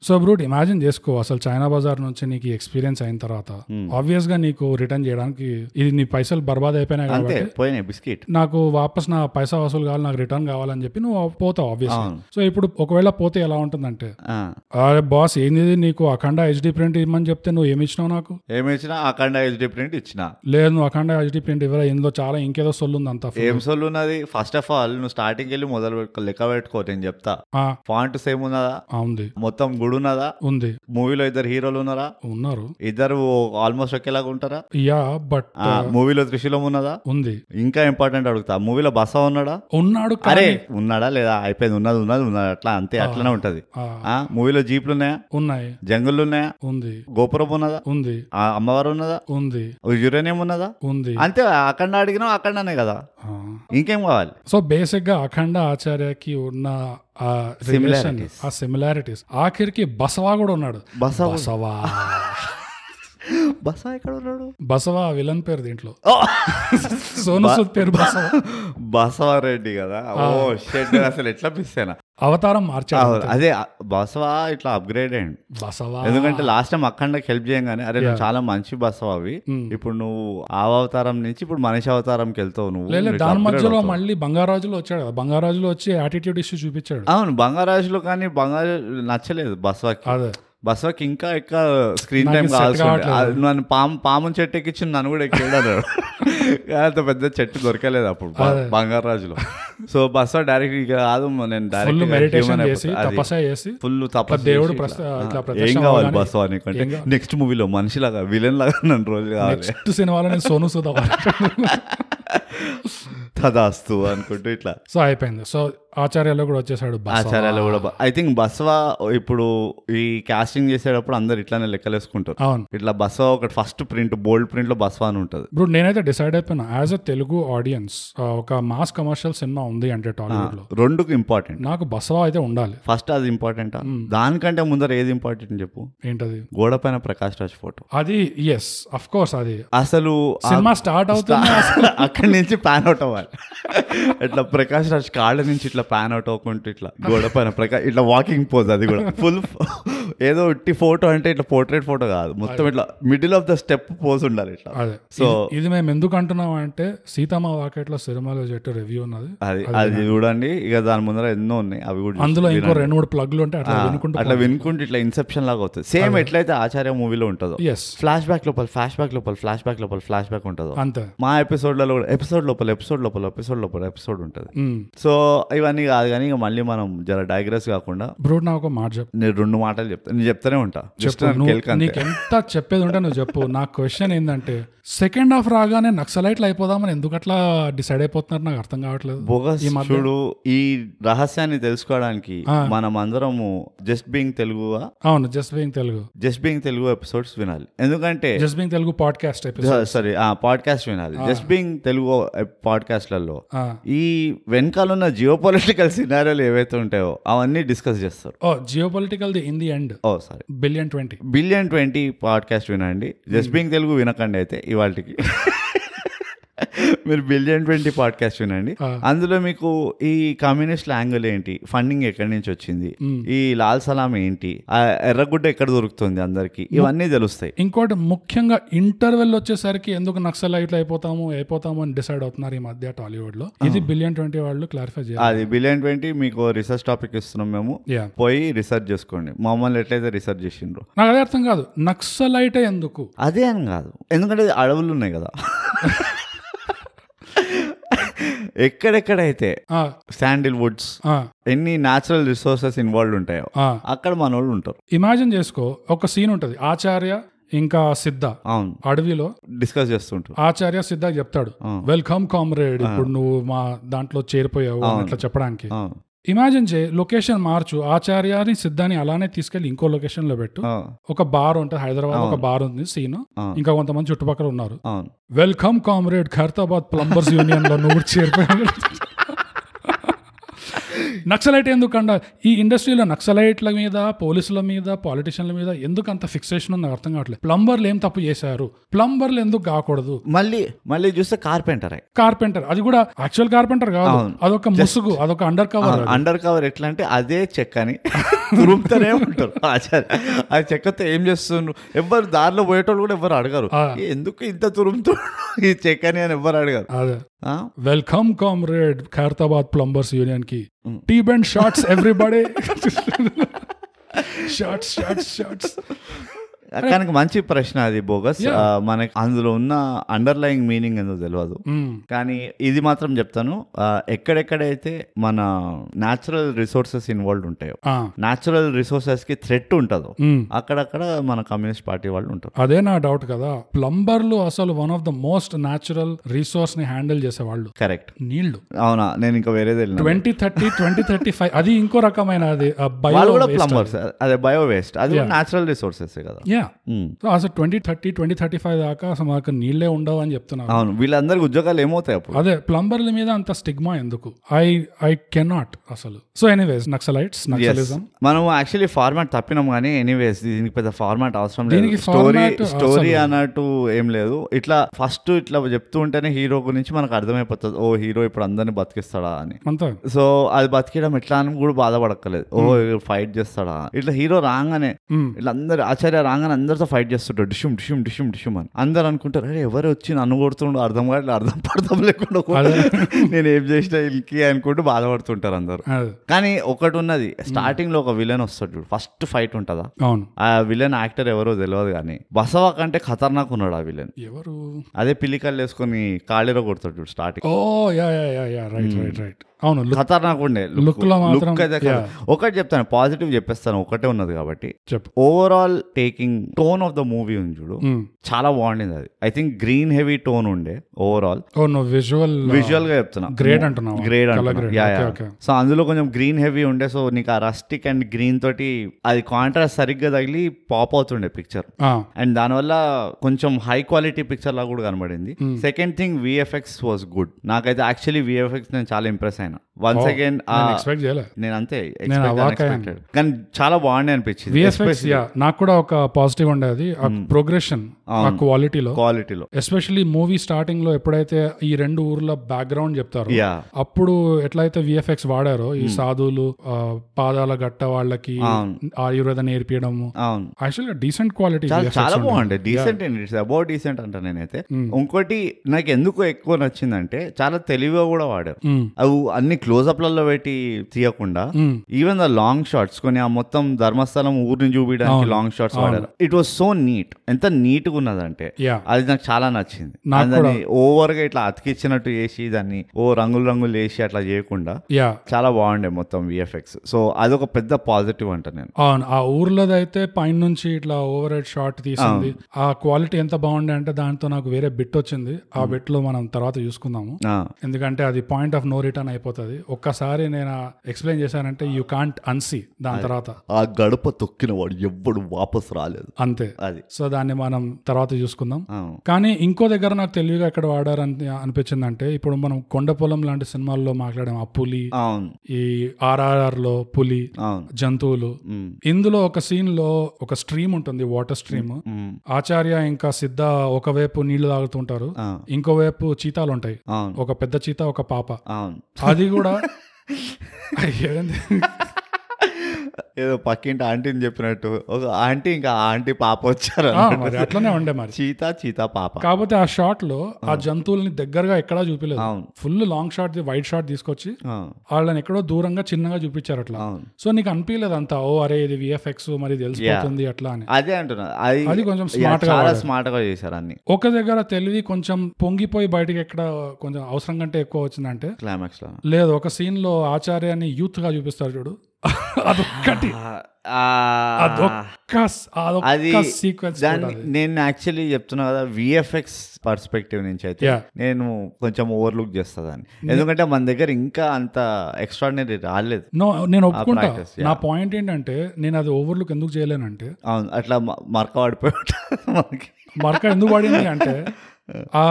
Speaker 2: సో బ్రూట్ ఇమాజిన్ చేసుకో అసలు చైనా బజార్ నుంచి నీకు ఎక్స్పీరియన్స్ అయిన తర్వాత
Speaker 1: Hmm.
Speaker 2: ఆబ్వియస్ గా నీకు రిటర్న్ చేయడానికి ఇది నీ పైసలు బర్బాద్ అయిపోయినాయి
Speaker 1: అంతే
Speaker 2: కాబట్టి
Speaker 1: పోయినాయి బిస్కెట్
Speaker 2: నాకు వాపస్ నా పైసా వసూలు కావాలి నాకు రిటర్న్ కావాలని చెప్పి నువ్వు పోతావు ఆబ్వియస్
Speaker 1: అవును.
Speaker 2: సో ఇప్పుడు ఒకవేళ పోతే ఎలా ఉంటుందంటే అరే బాస్ ఏంది ఇది నీకు అఖండ హెచ్డి ప్రింట్ ఇమ్మని చెప్తే నువ్వు ఏమి ఇచ్చినావు నాకు
Speaker 1: ఏమిచ్చినా అఖండ ఎల్ ప్రింట్ ఇచ్చిన
Speaker 2: లేదు నువ్వు అఖండ హెచ్డి ప్రింట్ ఇవ్వరా ఇందులో చాలా ఇంకేదో సొల్లు ఉంది అంతా
Speaker 1: ఏం సొల్లు ఉన్నది ఫస్ట్ ఆఫ్ ఆల్ నువ్వు స్టార్టింగ్ వెళ్ళి మొదలు పెట్టుకో లెక్క పెట్టుకో నేను చెప్తా
Speaker 2: ఆ,
Speaker 1: ఫాంట్ సేమ్ ఉన్నదా
Speaker 2: ఆ, ఉంది
Speaker 1: మొత్తం గుడి ఉన్నదా
Speaker 2: ఉంది
Speaker 1: మూవీలో ఇద్దరు హీరోలు ఉన్నారా
Speaker 2: ఉన్నారు
Speaker 1: ఇద్దరు ఆల్మోస్ట్ ఒకేలాగా ఉంటారా
Speaker 2: యా బట్
Speaker 1: ఆ, మూవీలో త్రిశూలం ఉన్నదా
Speaker 2: ఉంది
Speaker 1: ఇంకా ఇంపార్టెంట్ అడుగుతా మూవీలో బస ఉన్నాడా
Speaker 2: ఉన్నాడు కా-
Speaker 1: అరే ఉన్నాడా లేదా అయిపోయింది ఉన్నది ఉన్నది ఉన్నది అట్లా అంతే అట్లనే ఉంటది
Speaker 2: ఆ,
Speaker 1: ఆ మూవీలో జీప్లు ఉన్నాయా
Speaker 2: ఉన్నాయి
Speaker 1: జంగుళ్ళు ఉన్నాయా
Speaker 2: ఉంది
Speaker 1: గోపురం ఉన్నదా
Speaker 2: ఉంది
Speaker 1: ఆ అమ్మవారు ఉన్నదా
Speaker 2: ఉంది
Speaker 1: యురేనియం ఉన్నదా
Speaker 2: ఉంది
Speaker 1: అంతే అక్కడ అడిగినా అక్కడనే కదా
Speaker 2: ఆ.
Speaker 1: ఇంకేం కావాలి
Speaker 2: సో బేసిక్ గా అఖండ ఆచార్యకి ఉన్న ఆ రిలేషన్
Speaker 1: Similarities.
Speaker 2: ఆ సిమిలారిటీస్ ఆఖరికి బసవా కూడా ఉన్నాడు
Speaker 1: బస
Speaker 2: బసవా
Speaker 1: బస ఎక్కడ ఉన్నాడు
Speaker 2: బసవా విలన్ పేరు దీంట్లో సోను సూద్ పేరు బసవా
Speaker 1: బసవారెడ్డి కదా ఓ షెడ్ అసలు ఎట్లా పిస్తేనా
Speaker 2: అవతారం మార్చాడు
Speaker 1: అదే ఆ బసవా ఇట్లా అప్గ్రేడ్ అయ్యండి
Speaker 2: బసవా
Speaker 1: ఎందుకంటే లాస్ట్ టైం అఖండకి హెల్ప్ చేయగానే అరే నువ్వు చాలా మంచి బసవ అవి
Speaker 2: Hmm.
Speaker 1: ఇప్పుడు నువ్వు ఆ అవతారం నుంచి ఇప్పుడు మనిషి అవతారంకి వెళ్తావు నువ్వు
Speaker 2: లేదు
Speaker 1: నువ్వు
Speaker 2: దాని
Speaker 1: ఇట్లా upgrade
Speaker 2: మధ్యలో
Speaker 1: అవుతావు.
Speaker 2: మళ్ళీ బంగారాజులో వచ్చాడు కదా బంగారాజులో వచ్చి యాటిట్యూడ్ ఇష్యూ చూపించాడు
Speaker 1: అవును బంగారాజులో కానీ బంగారు నచ్చలేదు బసవాకి
Speaker 2: అదే
Speaker 1: బసవాకి ఇంకా ఎక్కువ స్క్రీన్ టైం
Speaker 2: నాకు set
Speaker 1: కావాల్సి ఉండే.
Speaker 2: కావట్లేదు.
Speaker 1: అది నన్ను పాము పాము చెట్టు ఎక్కించి నన్ను కూడా ఎక్కాడు అంత పెద్ద చెట్టు దొరకలేదు అప్పుడు బ- బంగారాజులో సో బస్వా డైరెక్ట్ ఇక కాదు నేను
Speaker 2: ఫుల్ మెడిటేషన్ చేసి
Speaker 1: డైరెక్ట్
Speaker 2: తపస్సు చేసి
Speaker 1: ఫుల్ తప్ప
Speaker 2: దేవుడు ప్రస్త- ఇట్లా
Speaker 1: ఏం
Speaker 2: ప్రత్యక్షం
Speaker 1: కావాలి
Speaker 2: అవ్వగానే
Speaker 1: బస్వా నీకంటే నెక్స్ట్ మూవీలో మనిషిలాగా విలన్ లాగా నన్ను రోజు కావాలి
Speaker 2: నెక్స్ట్ సినిమాలో నేను సోను సూద్
Speaker 1: తదాస్తు అనుకుంటూ ఇట్లా
Speaker 2: సో అయిపోయింది సో ఆచార్యలో కూడా వచ్చేసాడు బసవా.
Speaker 1: ఆచార్యాలు కూడా ఐ థింక్ బస్వా ఇప్పుడు ఈ కాస్టింగ్ చేసేటప్పుడు అందరు ఇట్లానే లెక్కలేసుకుంటారు
Speaker 2: అవును
Speaker 1: ఇట్లా బస్వా ఒకటి ఫస్ట్ ప్రింట్ బోల్డ్ ప్రింట్ లో బస్వా అని ఉంటుంది
Speaker 2: ఇప్పుడు నేనైతే డిసైడ్ అయిపోయినా యాజ్ అ తెలుగు ఆడియన్స్ ఒక మాస్ కమర్షియల్ సినిమా ఉంది అంటే టాలీవుడ్ లో
Speaker 1: రెండుకు ఇంపార్టెంట్
Speaker 2: నాకు బసవా అయితే ఉండాలి
Speaker 1: ఫస్ట్ అది ఇంపార్టెంట్
Speaker 2: Hmm.
Speaker 1: దానికంటే ముందర ఏది ఇంపార్టెంట్ చెప్పు
Speaker 2: ఏంటది
Speaker 1: గోడ పైన ప్రకాష్ రాజ్ ఫోటో
Speaker 2: అది ఎస్ అఫ్ కోర్స్ అది
Speaker 1: అసలు ఆ-
Speaker 2: సినిమా స్టార్ట్ అవుతుంది
Speaker 1: అక్కడి నుంచి ప్యాన్ అవుట్ అవ్వాలి ఇట్లా ప్రకాష్ రాజ్ కాళ్ళ నుంచి ఇట్లా ప్యాన్ అవుట్ అవ్వకుంటూ ఇట్లా గోడ పైన ప్రకాష్ ఇట్లా వాకింగ్ పోజ్ అది కూడా ఫుల్ ఏదో ఉట్టి ఫోటో అంటే ఇట్లా పోర్ట్రేట్ ఫోటో కాదు మొత్తం ఇట్లా middle of the step pose ఉండాలి ఇట్లా
Speaker 2: అదే
Speaker 1: So-
Speaker 2: ఇది- ఇది మేము ఎందుకు అంటున్నాం అంటే సీతమ్మ వాకెట్లో సినిమాలో చెట్టు రివ్యూ ఉన్నది
Speaker 1: అది అది చూడండి ఇక దాని ముందర ఎన్నో ఉన్నాయి అవి కూడా చూసి
Speaker 2: అందులో ఇంకో
Speaker 1: వినండి.
Speaker 2: రెండు మూడు ప్లగ్లు ఉంటే అట్లా వినుకుంటూ
Speaker 1: అట్లా వినుకుంటే ఇట్లా ఇన్సెప్షన్ లాగా అవుతుంది సేమ్ ఎట్లయితే ఆచార్య మూవీలో ఉంటుందో
Speaker 2: ఎస్
Speaker 1: ఫ్లాష్ బ్యాక్ లోపల ఫ్లాష్ బ్యాక్ లోపల ఫ్లాష్ బ్యాక్ లోపల ఫ్లాష్ బ్యాక్ ఉంటుందో
Speaker 2: అంతే
Speaker 1: మా ఎపిసోడ్లలో కూడా ఎపిసోడ్ లోపల ఎపిసోడ్ లోపల ఎపిసోడ్ లోపల ఎపిసోడ్ ఉంటుంది
Speaker 2: మ్మ్.
Speaker 1: సో ఇవన్నీ కాదు కానీ ఇక మళ్ళీ మనం జర డైగ్రెస్ కాకుండా
Speaker 2: బ్రూట్ నాకు ఒక మాట చెప్పు
Speaker 1: నేను రెండు మాటలు చెప్తా నేను చెప్తానే ఉంటా జస్ట్
Speaker 2: చెప్పు
Speaker 1: నన్ను
Speaker 2: నువ్వు-
Speaker 1: కెలకంతే.
Speaker 2: నీకెంత చెప్పేది ఉంటే నువ్వు చెప్పు నా క్వశ్చన్ ఏంటంటే సెకండ్ హాఫ్ రాగానే నక్సలైట్లు అయిపోదామని ఎందుకు అట్లా డిసైడ్ అయిపోతున్నారు నాకు అర్థం కావట్లేదు
Speaker 1: బోగస్
Speaker 2: ఈ మధ్య-
Speaker 1: చూడు ఈ రహస్యాన్ని తెలుసుకోవడానికి మనం అందరము జస్ట్ బీయింగ్ తెలుగుగా
Speaker 2: అవును just being Telugu
Speaker 1: just being Telugu episodes వినాలి ఎందుకంటే
Speaker 2: just being Telugu podcast episode
Speaker 1: sorry ఆ పాడ్కాస్ట్ వినాలి జస్ట్ బీయింగ్ తెలుగు పాడ్కాస్ట్లలో
Speaker 2: Ah.
Speaker 1: ఈ వెనకాలన్న జియో పొలిటికల్ సినారీలు ఏవైతే ఉంటాయో అవన్నీ డిస్కస్ చేస్తారు
Speaker 2: ఓ geopolitical the in the end
Speaker 1: oh sorry
Speaker 2: billion twenty
Speaker 1: billion twenty podcast వినండి జస్ట్ బీయింగ్ తెలుగు వినకండి అయితే ఇవాళకి మీరు బిలియన్ ట్వంటీ పాడ్కాస్ట్ వినండి అందులో మీకు ఈ కమ్యూనిస్ట్ యాంగిల్ ఏంటి ఫండింగ్ ఎక్కడి నుంచి వచ్చింది ఈ లాల్ సలాం ఏంటి ఆ ఎర్రగుడ్డ ఎక్కడ దొరుకుతుంది అందరికి ఇవన్నీ తెలుస్తాయి
Speaker 2: ఇంకోటి ముఖ్యంగా ఇంటర్వెల్ వచ్చేసరికి ఎందుకు నక్సల్ ఇట్లా అయిపోతాము అయిపోతాము అని డిసైడ్ అవుతున్నారు ఈ మధ్య టాలీవుడ్ లో ఇది బిలియన్ ట్వంటీ వాళ్ళు క్లారిఫై చేయాలి
Speaker 1: అది బిలియన్ ట్వంటీ మీకు రీసెర్చ్ టాపిక్ ఇస్తున్నాం మేము
Speaker 2: యా
Speaker 1: పోయి రీసెర్చ్ చేసుకోండి మామూలు ఎట్లయితే రీసెర్చ్ చేసిండ్రు
Speaker 2: నాకు అదే అర్థం కాదు నక్సలైటే ఎందుకు
Speaker 1: అదే అని కాదు ఎందుకంటే అడవులు ఉన్నాయి కదా ఎక్కడెక్కడైతే
Speaker 2: ఆ,
Speaker 1: శాండిల్ వుడ్స్
Speaker 2: ఆ,
Speaker 1: ఎన్ని న్యాచురల్ రిసోర్సెస్ ఇన్వాల్వ్ ఉంటాయో
Speaker 2: ఆ.
Speaker 1: అక్కడ మన వాళ్ళు ఉంటారు
Speaker 2: ఇమాజిన్ చేసుకో ఒక సీన్ ఉంటది ఆచార్య ఇంకా సిద్ధ
Speaker 1: అవును
Speaker 2: అడవిలో
Speaker 1: డిస్కస్ చేస్తుంటారు
Speaker 2: ఆచార్య సిద్ధ చెప్తాడు వెల్కమ్ కామ్రేడ్ ఇప్పుడు నువ్వు మా దాంట్లో చేరిపోయావు అని ఇట్లా చెప్పడానికి
Speaker 1: అవును
Speaker 2: ఇమాజిన్ చే లొకేషన్ మార్చు ఆచార్యని సిద్ధాన్ని అలానే తీసుకెళ్లి ఇంకో లొకేషన్ లో పెట్టు
Speaker 1: ఆ,
Speaker 2: ఒక బార్ ఉంటుంది హైదరాబాద్ ఒక బార్ ఉంది సీన్ ఇంకా కొంతమంది చుట్టుపక్కల ఉన్నారు
Speaker 1: అవును
Speaker 2: welcome comrade Khairatabad plumbers union లో నువ్వు చేరిపోయావు నక్సలైట్ ఎందుకండ ఈ ఇండస్ట్రీలో నక్సలైట్ల మీద పోలీసుల మీద పాలిటిషియన్ల మీద ఎందుకు అంత ఫిక్సేషన్ ఉందో అర్థం కావట్లేదు ప్లంబర్లు ఏం తప్పు చేశారు ప్లంబర్లు ఎందుకు కాకూడదు
Speaker 1: మళ్ళీ మళ్ళీ చూస్తే కార్పెంటరే
Speaker 2: కార్పెంటర్ అది కూడా యాక్చువల్ కార్పెంటర్ కాదు అదొక ముసుగు అదొక అండర్ కవర్
Speaker 1: అండర్ కవర్ ఎట్లా అంటే అదే చెక్కని తురుముతూనే ఉంటారు ఆచార్య ఆ చెక్కతో ఏం చేస్తుండ్రు ఎవ్వరు దారిలో పోయేటోళ్ళు కూడా ఎవరు అడగరు
Speaker 2: ఆ.
Speaker 1: "ఏ, ఎందుకు ఇంత తురుముతుండ్రు ఈ చెక్కని అని ఎవ్వరు అడగరు
Speaker 2: అదే
Speaker 1: ఆ?
Speaker 2: Welcome comrade Khairatabad plumbers union కి
Speaker 1: Mm.
Speaker 2: T bend shorts everybody shorts shorts shorts
Speaker 1: కనుక మంచి ప్రశ్న అది బోగస్ ఆ, మనకి అందులో ఉన్న అండర్లయింగ్ మీనింగ్ ఏందో తెలియదు
Speaker 2: Mm.
Speaker 1: కానీ ఇది మాత్రం చెప్తాను ఆ, ఎక్కడెక్కడైతే మన న్యాచురల్ రిసోర్సెస్ ఇన్వాల్వ్ ఉంటాయో
Speaker 2: Ah,
Speaker 1: న్యాచురల్ రిసోర్సెస్ కి థ్రెట్ ఉంటుందో అక్కడక్కడ మన కమ్యూనిస్ట్ పార్టీ వాళ్ళు ఉంటారు
Speaker 2: అదే నా డౌట్ కదా ప్లంబర్లు అసలు one of the most natural resource ని హ్యాండిల్ చేసేవాళ్ళు
Speaker 1: కరెక్ట్
Speaker 2: నీళ్లు
Speaker 1: అవునా నేను ఇంకా వేరేది వెళ్ళిన
Speaker 2: twenty thirty twenty thirty five అది ఇంకో రకమైన అది
Speaker 1: వాళ్ళు కూడా
Speaker 2: బయో
Speaker 1: ప్లంబర్స్ అదే బయో వేస్ట్ అది కూడా న్యాచురల్ రిసోర్సెస్ కదా
Speaker 2: యా
Speaker 1: ఉమ్.
Speaker 2: సో అసలు twenty thirty twenty thirty five దాకా అసలు మాకు నీళ్ళే ఉండవు అని చెప్తున్నారు
Speaker 1: అవును వీళ్ళందరికి ఉద్యోగాలు ఏమవుతాయి అప్పుడు
Speaker 2: అదే ప్లంబర్ల మీద అంత స్టిగ్మా ఎందుకు ఐ ఐ కెనాట్ అసలు సో ఎనీవేస్ నక్సలైట్స్ నక్సలిజం
Speaker 1: మనం యాక్చువల్లీ ఫార్మాట్ తప్పినాం కానీ ఎనీవేస్ దీనికి పెద్ద ఫార్మాట్ అవసరం లేదు
Speaker 2: దీనికి
Speaker 1: స్టోరీ
Speaker 2: format అవసరం
Speaker 1: స్టోరీ
Speaker 2: లేదు.
Speaker 1: అన్నట్టు ఏం లేదు ఇట్లా ఫస్ట్ ఇట్లా చెప్తూ ఉంటేనే హీరో గురించి మనకు అర్థమైపోతుంది ఓ హీరో ఇప్పుడు అందరిని బతికిస్తాడా అని
Speaker 2: అంతా
Speaker 1: సో అది బతికేయడం ఎట్లా అని కూడా బాధపడక్కలేదు ఓ ఫైట్ చేస్తాడా ఇట్లా హీరో రాగానే
Speaker 2: మ్మ్.
Speaker 1: ఇట్లా అందరు ఆచార్య రాగానే అందరితో ఫైట్ చేస్తుంటాడు డిషుమ్ డిషుమ్ డిషుమ్ డిషుమ్ అని అందరు అనుకుంటారు అరే ఎవరు వచ్చి నన్ను కొడుతుండో అర్థం కావట్లేదు అర్థం పడతాం లేకుండా కొడు. నేను ఏం చేసినా ఇల్కి అనుకుంటూ బాధపడుతుంటారు అందరు
Speaker 2: అదే
Speaker 1: కానీ ఒకటి ఉన్నది స్టార్టింగ్ లో ఒక విలన్ వస్తాడు చూడు ఫస్ట్ ఫైట్ ఉంటుందా
Speaker 2: అవును
Speaker 1: ఆ విలన్ యాక్టర్ ఎవరో తెలియదు కానీ బసవ కంటే ఖతర్నాక్ ఉన్నాడు ఆ విలన్
Speaker 2: ఎవరు
Speaker 1: అదే పిల్లికల్లు వేసుకొని కాళీలో కొడతాడు చూడు starting
Speaker 2: oh yeah yeah yeah yeah right right right అవును look
Speaker 1: ఖతర్నాక్ ఉండే
Speaker 2: Look లో మాత్రం,
Speaker 1: లుక్ అయితే కాదు. ఒకటి చెప్తాను పాజిటివ్ చెప్పేస్తాను ఒకటే ఉన్నది కాబట్టి
Speaker 2: చెప్పు
Speaker 1: overall taking tone of the movie ఉంది చూడు
Speaker 2: మ్మ్.
Speaker 1: చాలా బాగుండింది అది I think green heavy tone ఉండే ఓవరాల్
Speaker 2: ఓ నువ్వు విజువల్
Speaker 1: విజువల్ గా చెప్తున్నా
Speaker 2: గ్రేడ్ అంటున్నావు
Speaker 1: grade
Speaker 2: grade. Okay, okay.
Speaker 1: So అందులో కొంచెం గ్రీన్ హెవీ ఉండే సో నీకు ఆ రస్టిక్ అండ్ గ్రీన్ తోటి అది కాంట్రాస్ట్ సరిగ్గా తగిలి పాప్ అవుతుండే పిక్చర్ అండ్ దానివల్ల కొంచెం హై క్వాలిటీ పిక్చర్ లా కూడా కనబడింది
Speaker 2: Hmm.
Speaker 1: Second thing VFX was good నాకైతే యాక్చువల్లీ విఎఫ్ఎక్స్ నేను చాలా ఇంప్రెస్ అయినా వన్స్ అగైన్
Speaker 2: ఎక్స్పెక్ట్ చేయలే
Speaker 1: నేను అంతే
Speaker 2: Oh, నేను
Speaker 1: expect
Speaker 2: అవాక్ అయ్యాను.
Speaker 1: unexpected. కానీ చాలా బాగుండే అనిపించింది
Speaker 2: విఎఫ్ఎక్స్ యా నాకు కూడా ఒక పాజిటివ్ ఉండేది ఆ ప్రోగ్రెషన్ ఆ క్వాలిటీలో
Speaker 1: క్వాలిటీలో
Speaker 2: ఎస్పెషల్లీ మూవీ స్టార్టింగ్ లో ఎప్పుడైతే ఈ రెండు ఊర్ల బ్యాక్గ్రౌండ్ చెప్తారు
Speaker 1: యా
Speaker 2: అప్పుడు ఎట్లయితే విఎఫ్ఎక్స్ వాడారో ఈ సాధువులు ఆ, పాదాల గట్ట వాళ్ళకి ఆయుర్వేద నేర్పించడము
Speaker 1: అవును
Speaker 2: యాక్చువల్గా డీసెంట్ క్వాలిటీ
Speaker 1: చాలా చాలా బాగుండే డీసెంట్ అండి ఇట్స్ అబౌట్ డీసెంట్ అంట నేనైతే ఇంకోటి నాకు ఎందుకు ఎక్కువ నచ్చిందంటే చాలా తెలివిగా కూడా వాడారు అవి అన్ని క్లోజప్లలో పెట్టి తీయకుండా ఈవెన్ ద లాంగ్ షార్ట్స్ కొన్ని ఆ మొత్తం ధర్మస్థలం ఊరిని చూపించడానికి లాంగ్ షార్ట్స్ వాడారు ఇట్ వాస్ సో నీట్ ఎంత నీట్ గా ఉన్నదంటే
Speaker 2: యా
Speaker 1: అది నాకు చాలా నచ్చింది
Speaker 2: నాకు
Speaker 1: దాన్ని ఓవర్ గా ఇట్లా అతికిచ్చినట్టు చేసి దాన్ని ఓ రంగులు రంగులు వేసి అట్లా చేయకుండా
Speaker 2: యా
Speaker 1: చాలా బాగుండే మొత్తం విఎఫ్ఎక్స్ సో అదొక పెద్ద పాజిటివ్ అంట నేను
Speaker 2: అవును ఆ ఊర్లోది అయితే పైన నుంచి ఇట్లా ఓవర్ హెడ్ షాట్ తీసింది ఆ క్వాలిటీ ఎంత బాగుండే అంటే దాంతో నాకు వేరే బిట్ వచ్చింది ఆ బిట్ లో మనం తర్వాత చూసుకుందాము
Speaker 1: ఆ,
Speaker 2: ఎందుకంటే అది పాయింట్ ఆఫ్ నో రిటర్న్ అయిపోతుంది ఒక్కసారి నేను ఎక్స్ప్లెయిన్ చేశానంటే యూ కాంట్ అన్సీ దాని తర్వాత
Speaker 1: ఆ గడప తొక్కిన వాడు ఎవ్వడు వాపస్ రాలేదు
Speaker 2: అంతే
Speaker 1: అది
Speaker 2: సో దాన్ని మనం తర్వాత చూసుకుందాం
Speaker 1: అవును.
Speaker 2: కానీ ఇంకో దగ్గర నాకు తెలివిగా ఎక్కడ వాడారని అనిపించిందంటే ఇప్పుడు మనం కొండ పొలం లాంటి సినిమాల్లో మాట్లాడాం ఆ పులి
Speaker 1: అవును
Speaker 2: ఈ ఆర్ఆర్ఆర్ లో పులి
Speaker 1: అవును
Speaker 2: జంతువులు
Speaker 1: మ్,
Speaker 2: ఇందులో ఒక సీన్ లో ఒక స్ట్రీమ్ ఉంటుంది వాటర్ స్ట్రీమ్
Speaker 1: మ్,
Speaker 2: ఆచార్య ఇంకా సిద్ధ ఒకవైపు నీళ్లు తాగుతుంటారు
Speaker 1: ఆ,
Speaker 2: ఇంకోవైపు చీతాలు ఉంటాయి
Speaker 1: అవును
Speaker 2: ఒక పెద్ద చీత ఒక పాప
Speaker 1: అవును
Speaker 2: అది కూడా ఏంది?
Speaker 1: ఏదో పక్కింటి ఆంటీని చెప్పినట్టు ఒక ఆంటీ ఇంకా ఆ ఆంటీ పాప వచ్చారు
Speaker 2: ఆ, మరి అట్లనే ఉండే మరి
Speaker 1: చీతా చీతా పాప
Speaker 2: కాకపోతే ఆ షాట్ లో ఆ జంతువుల్ని దగ్గరగా ఎక్కడా చూపిలేదు
Speaker 1: అవును.
Speaker 2: Full long shot white shot తీసుకొచ్చి
Speaker 1: ఆ,
Speaker 2: వాళ్ళని ఎక్కడో దూరంగా చిన్నగా చూపించారు అట్లా
Speaker 1: అవును.
Speaker 2: సో నీకు అనిపించలేదు అంతా ఓ అరే ఇది విఎఫ్ఎక్స్ మరి తెలిసిపోతుంది అట్లా అని
Speaker 1: అదే అంటున్నా అది
Speaker 2: అది కొంచెం
Speaker 1: యా,
Speaker 2: smart గా
Speaker 1: చాలా
Speaker 2: వాడారు.
Speaker 1: స్మార్ట్ గా చేశారు అన్ని
Speaker 2: ఒక దగ్గర తెలివి కొంచెం పొంగిపోయి బయటికి ఎక్కడ కొంచెం అవసరం కంటే ఎక్కువ వచ్చిందంటే
Speaker 1: క్లైమాక్స్ లో
Speaker 2: లేదు ఒక సీన్ లో ఆచార్యాన్ని యూత్ గా చూపిస్తారు చూడు అదొక్కటి
Speaker 1: ఆ,
Speaker 2: అదొక్క
Speaker 1: అది
Speaker 2: అదొక్క సీక్వెన్స్
Speaker 1: దాన్ని నేను యాక్చువల్లీ చెప్తున్నా కదా విఎఫ్ఎక్స్ పర్స్పెక్టివ్ నుంచి అయితే
Speaker 2: Yeah.
Speaker 1: నేను కొంచెం ఓవర్లుక్ చేస్తా దాన్ని ఎందుకంటే మన దగ్గర ఇంకా అంత ఎక్స్ట్రాడినరీ రాలేదు
Speaker 2: నో నేను ఒప్పుకుంటా
Speaker 1: practice,
Speaker 2: నా పాయింట్ ఏంటంటే నేను అది ఓవర్లుక్ ఎందుకు చేయలేనంటే
Speaker 1: అవును అట్లా మ- మరక పడిపోయి ఉంటుంది మనకి
Speaker 2: మరక ఎందుకు పడింది అంటే ఆ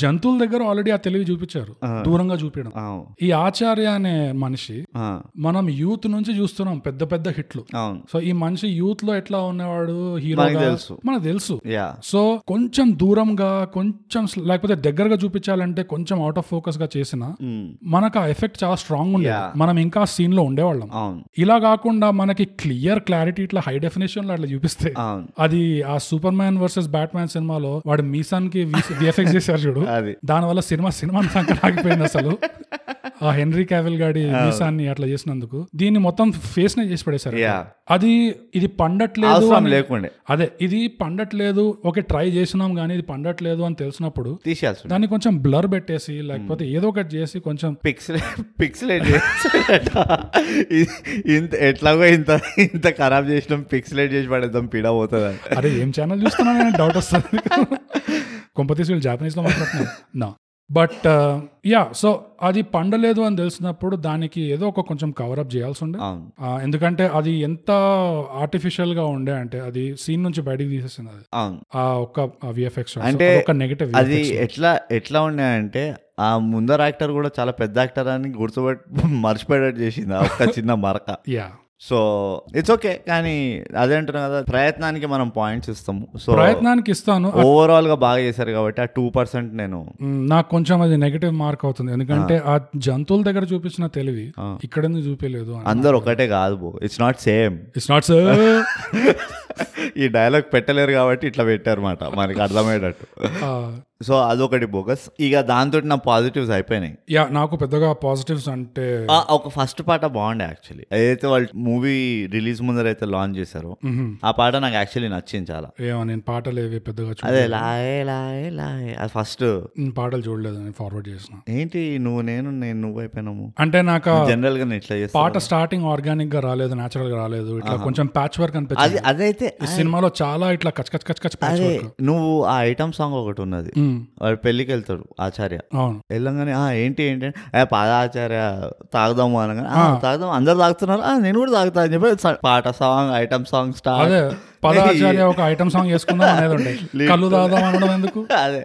Speaker 2: జంతువుల దగ్గర ఆల్రెడీ ఆ తెలివి చూపించారు దూరంగా చూపించడం
Speaker 1: అవును
Speaker 2: ఈ ఆచార్య అనే మనిషి
Speaker 1: ఆ,
Speaker 2: మనం యూత్ నుంచి చూస్తున్నాం పెద్ద పెద్ద హిట్లు
Speaker 1: అవును
Speaker 2: సో ఈ మనిషి యూత్ లో ఎట్లా ఉన్నవాడు హీరో
Speaker 1: మనకి తెలుసు.
Speaker 2: మనకు తెలుసు
Speaker 1: యా
Speaker 2: సో కొంచెం దూరంగా కొంచెం sl- లేకపోతే దగ్గరగా చూపించాలంటే కొంచెం అవుట్ ఆఫ్ ఫోకస్ గా చేసిన మనకు ఆ ఎఫెక్ట్ చాలా స్ట్రాంగ్ ఉండేది మనం ఇంకా సీన్ లో ఉండేవాళ్ళం
Speaker 1: అవును
Speaker 2: ఇలా కాకుండా మనకి క్లియర్ క్లారిటీ ఇట్లా హై డెఫినేషన్ లో అట్లా చూపిస్తే
Speaker 1: అవును
Speaker 2: అది ఆ superman versus batman సినిమాలో వాడు మీసాన్ కి విఎఫ్ఎక్స్ చేశారు చూడు
Speaker 1: అది
Speaker 2: దాని వల్ల సినిమా సినిమా సంఖ్య ఆగిపోయింది అసలు ఆ హెన్రీ క్యావిల్ గాడి మీసాన్ని అట్లా చేసినందుకు దీన్ని మొత్తం ఫేస్ నే చేసి పడేశారు
Speaker 1: Yeah.
Speaker 2: అది ఇది పండట్లేదు
Speaker 1: అవసరం
Speaker 2: అని-
Speaker 1: లేకుండే
Speaker 2: అదే ఇది పండట్లేదు ఓకే ట్రై చేసినాం కానీ ఇది పండట్లేదు అని తెలిసినప్పుడు
Speaker 1: తీసేయాల్సి
Speaker 2: దాన్ని కొంచెం బ్లర్ పెట్టేసి లేకపోతే ఏదో ఒకటి చేసి కొంచెం
Speaker 1: పిక్సెల్ పిక్సెలేట్ చేసేట ఇంత ఎట్లాగో ఇంత ఇంత ఖరాబ్ చేసినాం పిక్సెలేట్ చేసి పడేద్దాం పీడ పోతుంది
Speaker 2: అరే ఏం ఛానల్ చూస్తున్నా డౌట్ వస్తుంది కొంపతీసి వీళ్ళు జాపనీస్ లో మాట్లాడుతున్నారు నా బట్ యా సో అది పండలేదు అని తెలిసినప్పుడు దానికి ఏదో ఒక కొంచెం కవరప్ చేయాల్సి ఉండే
Speaker 1: అవును
Speaker 2: ఆ, ఎందుకంటే అది ఎంత ఆర్టిఫిషియల్ గా ఉండే అంటే అది సీన్ నుంచి బయటికి తీసేసింది అది
Speaker 1: అవును
Speaker 2: ఆ ఒక్క విఎఫ్ఎక్స్
Speaker 1: అంటే
Speaker 2: ఒక నెగటివ్
Speaker 1: అది ఎట్లా ఎట్లా ఉన్నాయంటే ఆ ముందర యాక్టర్ కూడా చాలా పెద్ద యాక్టర్ అని గుర్తుపెట్టి మర్చిపోయేటట్టు చేసింది ఆ ఒక్క చిన్న మరక
Speaker 2: యా
Speaker 1: సో ఇట్స్ ఓకే కానీ అదే అంటున్నాం కదా ప్రయత్నానికి మనం పాయింట్స్ ఇస్తాము సో
Speaker 2: ప్రయత్నానికి ఇస్తాను
Speaker 1: ఓవరాల్ గా బాగా చేశారు కాబట్టి ఆ టూ పర్సెంట్ నేను
Speaker 2: మ్, నాకు కొంచెం అది నెగటివ్ మార్క్ అవుతుంది ఎందుకంటే ఆ జంతువుల దగ్గర చూపించిన తెలివి ఇక్కడ ఎందుకు చూపించలేదు
Speaker 1: అందరు ఒకటే కాదు బో it's not same
Speaker 2: it's not sir
Speaker 1: ఈ డైలాగ్ పెట్టలేరు కాబట్టి ఇట్లా పెట్టారన్నమాట మనకి అర్థమయ్యేటట్టు సో అదొకటి బోగస్ ఇక దాంతో నా పాజిటివ్స్ అయిపోయినాయి
Speaker 2: యా నాకు పెద్దగా పాజిటివ్స్ అంటే
Speaker 1: ఆ, ఒక ఫస్ట్ పాట బాగుండే యాక్చువల్లీ ఏదైతే వాళ్ళు మూవీ రిలీజ్ ముందర అయితే లాంచ్ చేశారో
Speaker 2: మ్హమ్.
Speaker 1: ఆ పాట నాకు యాక్చువల్లీ నచ్చింది చాలా
Speaker 2: ఏమో నేను పాటలు ఏవి పెద్దగా చూ
Speaker 1: అదే లాయే లాయే లాయే అది ఫస్ట్
Speaker 2: నేను పాటలు చూడలేదు నేను ఫార్వర్డ్ చేసిన
Speaker 1: ఏంటి నువ్వు నేను నేను నువ్వు అయిపోయినాము
Speaker 2: అంటే నాకు ఆ
Speaker 1: జనరల్ గా నేను ఇట్లా చేస్తా
Speaker 2: పాట స్టార్టింగ్ ఆర్గానిక్ గా రాలేదు నేచురల్ గా రాలేదు ఇట్లా కొంచెం ప్యాచ్ వర్క్ అనిపించింది
Speaker 1: అది అదైతే
Speaker 2: ఈ సినిమాలో చాలా ఇట్లా కచ్ కచ్ కచ్ కచ్ ప్యాచ్
Speaker 1: అదే
Speaker 2: వర్క్
Speaker 1: నువ్వు ఆ ఐటమ్ సాంగ్ ఒకటి ఉన్నది
Speaker 2: మ్,
Speaker 1: వాడు పెళ్ళికి వెళ్తాడు ఆచార్య
Speaker 2: అవును
Speaker 1: వెళ్ళంగానే "ఆ, ఏంటి ఏంటి అని, "ఏ, పాదాచార్య తాగుదాము అనగానే "ఆ, తాగుదాం అందరు తాగుతున్నారు "ఆ, నేను కూడా తాగుతా అని చెప్పి స- పాట సాంగ్ ఐటమ్ సాంగ్ స్టార్
Speaker 2: అదే పదాచార్య ఒక ఐటమ్ సాంగ్ వేసుకుందాం అనేది ఉండే కళ్ళు తాగుదాం అనడం ఎందుకు
Speaker 1: అదే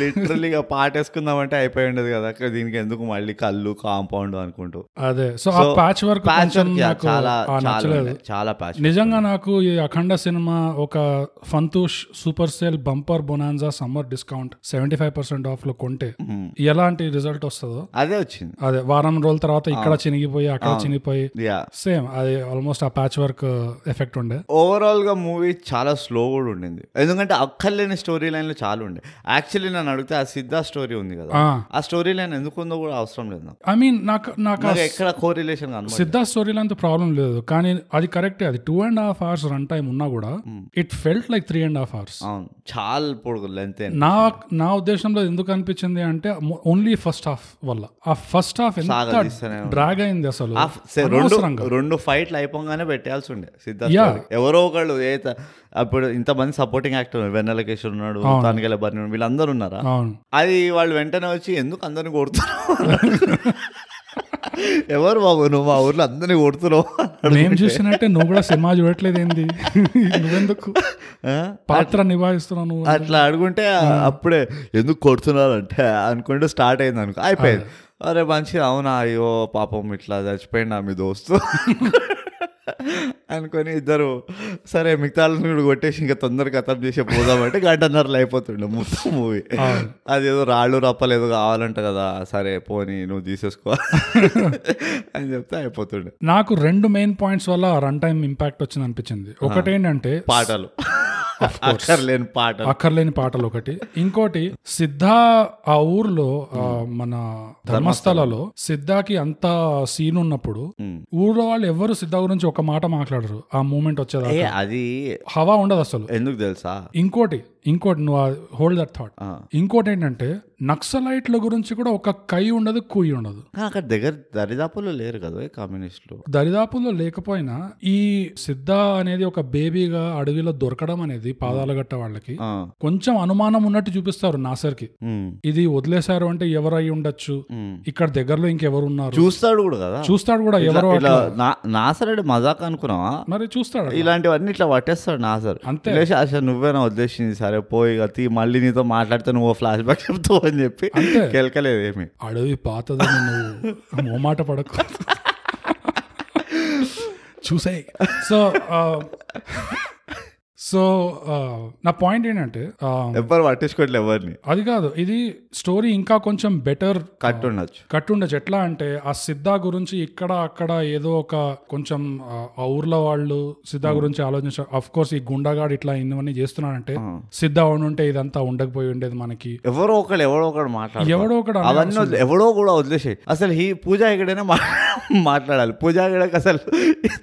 Speaker 1: లిటరలీగా పాట వేసుకుందామంటే అయిపోయి ఉండదు కదా అక్క దీనికి ఎందుకు మళ్ళీ కళ్ళు కాంపౌండ్ అనుకుంటూ
Speaker 2: అదే సో ఆ ప్యాచ్ వర్క్
Speaker 1: Patch
Speaker 2: కొంచెం
Speaker 1: work, yeah,
Speaker 2: నాకు
Speaker 1: చాలా
Speaker 2: ఆ
Speaker 1: చాలా
Speaker 2: నచ్చలేదు
Speaker 1: ఉన్నాయి. చాలా ప్యాచ్
Speaker 2: నిజంగా నాకు ఈ అఖండ సినిమా ఒక ఫంతూష్ super sale bumper bonanza summer discount seventy five percent off లో కొంటే ఎలాంటి రిజల్ట్ వస్తుందో
Speaker 1: అదే వచ్చింది
Speaker 2: అదే వారం రోజుల తర్వాత ఇక్కడ చినిగిపోయి అక్కడ చినిగిపోయి
Speaker 1: యా
Speaker 2: సేమ్ అది ఆల్మోస్ట్ ఆ ప్యాచ్ వర్క్ ఎఫెక్ట్ ఉండే
Speaker 1: ఓవరాల్ గా మూవీ చాలా స్లో కూడా ఉండింది ఎందుకంటే అక్కర్లేని స్టోరీ లైన్లు చాలా ఉండే యాక్చువల్లీ నన్ను అడిగితే ఆ సిద్ధా స్టోరీ ఉంది కదా ఆ స్టోరీ లైన్ ఎందుకు ఉందో కూడా అవసరం లేదు నాకు
Speaker 2: ఐ మీన్ నాకు నాకు ఆ
Speaker 1: నాకు ఎక్కడ కోరిలేషన్ కనబడదు
Speaker 2: సిద్ధార్థ్ స్టోరీలో అంత ప్రాబ్లం లేదు కానీ అది కరెక్టే అది two and half hours run time ఉన్నా కూడా it felt like three and half hours
Speaker 1: అవును చాలా పొడుగు లెంత్
Speaker 2: నా నా ఉద్దేశంలో ఎందుకు అనిపించింది అంటే ఓన్లీ ఫస్ట్ హాఫ్ వల్ల ఆ ఫస్ట్ హాఫ్ ఎంత
Speaker 1: తీస్తూనే
Speaker 2: డ్రాగ్ అయింది అసలు
Speaker 1: రెండు
Speaker 2: అనవసరంగా.
Speaker 1: రెండు ఫైట్లు అయిపోగానే పెట్టాల్సి ఉండే
Speaker 2: Yeah.
Speaker 1: సిద్ధార్థ్ ఎవరో ఒకళ్ళు ఏ త- అప్పుడు ఇంతమంది సపోర్టింగ్ యాక్టర్ వెన్నెలకేశ్వర్ ఉన్నాడు తానికెళ్ళ బర్ని ఉన్నాడు వీళ్ళందరూ ఉన్నారా
Speaker 2: అవును
Speaker 1: అది వాళ్ళు వెంటనే వచ్చి ఎందుకు అందరిని కొడుతున్నావు ఎవరు బాబు నువ్వు మా ఊర్లో అందరినీ కొడుతున్నావు
Speaker 2: మేము చూసినట్టే నువ్వు కూడా సినిమా చూడట్లేదు ఏంది నువ్వెందుకు
Speaker 1: ఆ?
Speaker 2: పాత్ర నిభాయిస్తున్నావు నువ్వు
Speaker 1: అట్లా అడుగుంటే అప్పుడే ఎందుకు కొడుతున్నారంటే అనుకుంటే స్టార్ట్ అయింది అనుకో అయిపోయింది అరే మంచి అవునా అయ్యో పాపం ఇట్లా చచ్చిపోయింది మీ దోస్తు అనుకొని ఇద్దరు సరే మిగతా వాళ్ళని కూడా కొట్టేసి ఇంకా తొందరగా కథం చేసి పోదామంటే గంటన్నరలో అయిపోతుండే మొత్తం మూవీ అది ఏదో రాళ్ళు రప్పలు ఏదో కావాలంట కదా సరే పోనీ నువ్వు తీసేసుకో అని చెప్తే అయిపోతుండే
Speaker 2: నాకు రెండు మెయిన్ పాయింట్స్ వల్ల రన్ టైం ఇంపాక్ట్ వచ్చింది అనిపించింది ఒకటి ఏంటంటే
Speaker 1: పాటలు అక్కర్లేని పాటలు
Speaker 2: అక్కర్లేని పాటలు ఒకటి ఇంకోటి సిద్ధ ఆ ఊర్లో ఆ, మన ధర్మస్థలలో సిద్ధాకి అంత సీన్ ఉన్నప్పుడు ఊర్లో వాళ్ళు ఎవరు సిద్ధ గురించి ఒక మాట మాట్లాడరు ఆ మూమెంట్
Speaker 1: ఏ,
Speaker 2: వచ్చేదాకా
Speaker 1: అది
Speaker 2: హవా ఉండదు అసలు
Speaker 1: ఎందుకు తెలుసా
Speaker 2: ఇంకోటి ఇంకోటి నువ్వు హోల్డ్ దట్ థాట్
Speaker 1: ఆ.
Speaker 2: ఇంకోటి ఏంటంటే నక్సలైట్ల గురించి కూడా ఒక కై ఉండదు కూయి ఉండదు
Speaker 1: కానీ అక్కడ దగ్గర దరిదాపులు లేరు కదా ఈ కమ్యూనిస్టులు
Speaker 2: దరిదాపుల్లో లేకపోయినా ఈ సిద్ధ అనేది ఒక బేబీగా అడవిలో దొరకడం అనేది పాదాల గట్ట వాళ్ళకి
Speaker 1: ఆ,
Speaker 2: కొంచెం అనుమానం ఉన్నట్టు చూపిస్తారు నాసర్కి
Speaker 1: ఉమ్,
Speaker 2: ఇది వదిలేశారు అంటే ఎవరు అయి ఉండొచ్చు
Speaker 1: ఉమ్.
Speaker 2: ఇక్కడ దగ్గరలో ఇంకెవరు ఉన్నారు
Speaker 1: చూస్తాడు కూడా కదా
Speaker 2: చూస్తాడు కూడా
Speaker 1: ఇట్లా-
Speaker 2: ఎవరో
Speaker 1: ఇట్లా
Speaker 2: అట్లా.
Speaker 1: నా- నాసరెడ్డి మజాక్ అనుకున్నావా
Speaker 2: మరి చూస్తాడు అట్లా.
Speaker 1: ఇలాంటివన్నీ ఇట్లా పట్టేస్తాడు నాసర్
Speaker 2: అంతే.
Speaker 1: లేచి అసలు నువ్వేనా ఉద్దేశించి సరే పోయి ఇక తీ మళ్ళీ నీతో మాట్లాడితే నువ్వు ఫ్లాష్ బ్యాక్ చెప్తావు అని చెప్పి
Speaker 2: అంతే.
Speaker 1: కెలకలేదు ఏమి
Speaker 2: అడవి పాతదని నువ్వు మోమాట పడకు చూసాయి సో సో నా పాయింట్ ఏంటంటే ఆ,
Speaker 1: ఎవరు పట్టించుకోవట్లే ఎవరిని
Speaker 2: అది కాదు ఇది స్టోరీ ఇంకా కొంచెం బెటర్
Speaker 1: కట్ ఉండొచ్చు
Speaker 2: కట్టుండొచ్చు ఎట్లా అంటే ఆ సిద్ధ గురించి ఇక్కడ అక్కడ ఏదో ఒక కొంచెం ఆ, ఆ ఊర్లో వాళ్ళు సిద్ధ గురించి ఆలోచించారు అఫ్ కోర్స్ ఈ గుండాగాడు ఇట్లా ఇన్ని చేస్తున్నాడంటే సిద్ధ ఉంటే ఇదంతా ఉండకపోయి ఉండేది మనకి
Speaker 1: ఎవరో ఒకడు ఎవడో ఒకడు మాట్లాడు
Speaker 2: ఎవడో ఒకడు అన్నాడు.
Speaker 1: అవన్నీ వదిలే- ఎవడో కూడా వదిలేసాయి అసలు ఈ పూజా ఇక్కడైనా మా- మాట్లాడాలి పూజా ఇక్కడకి అసలు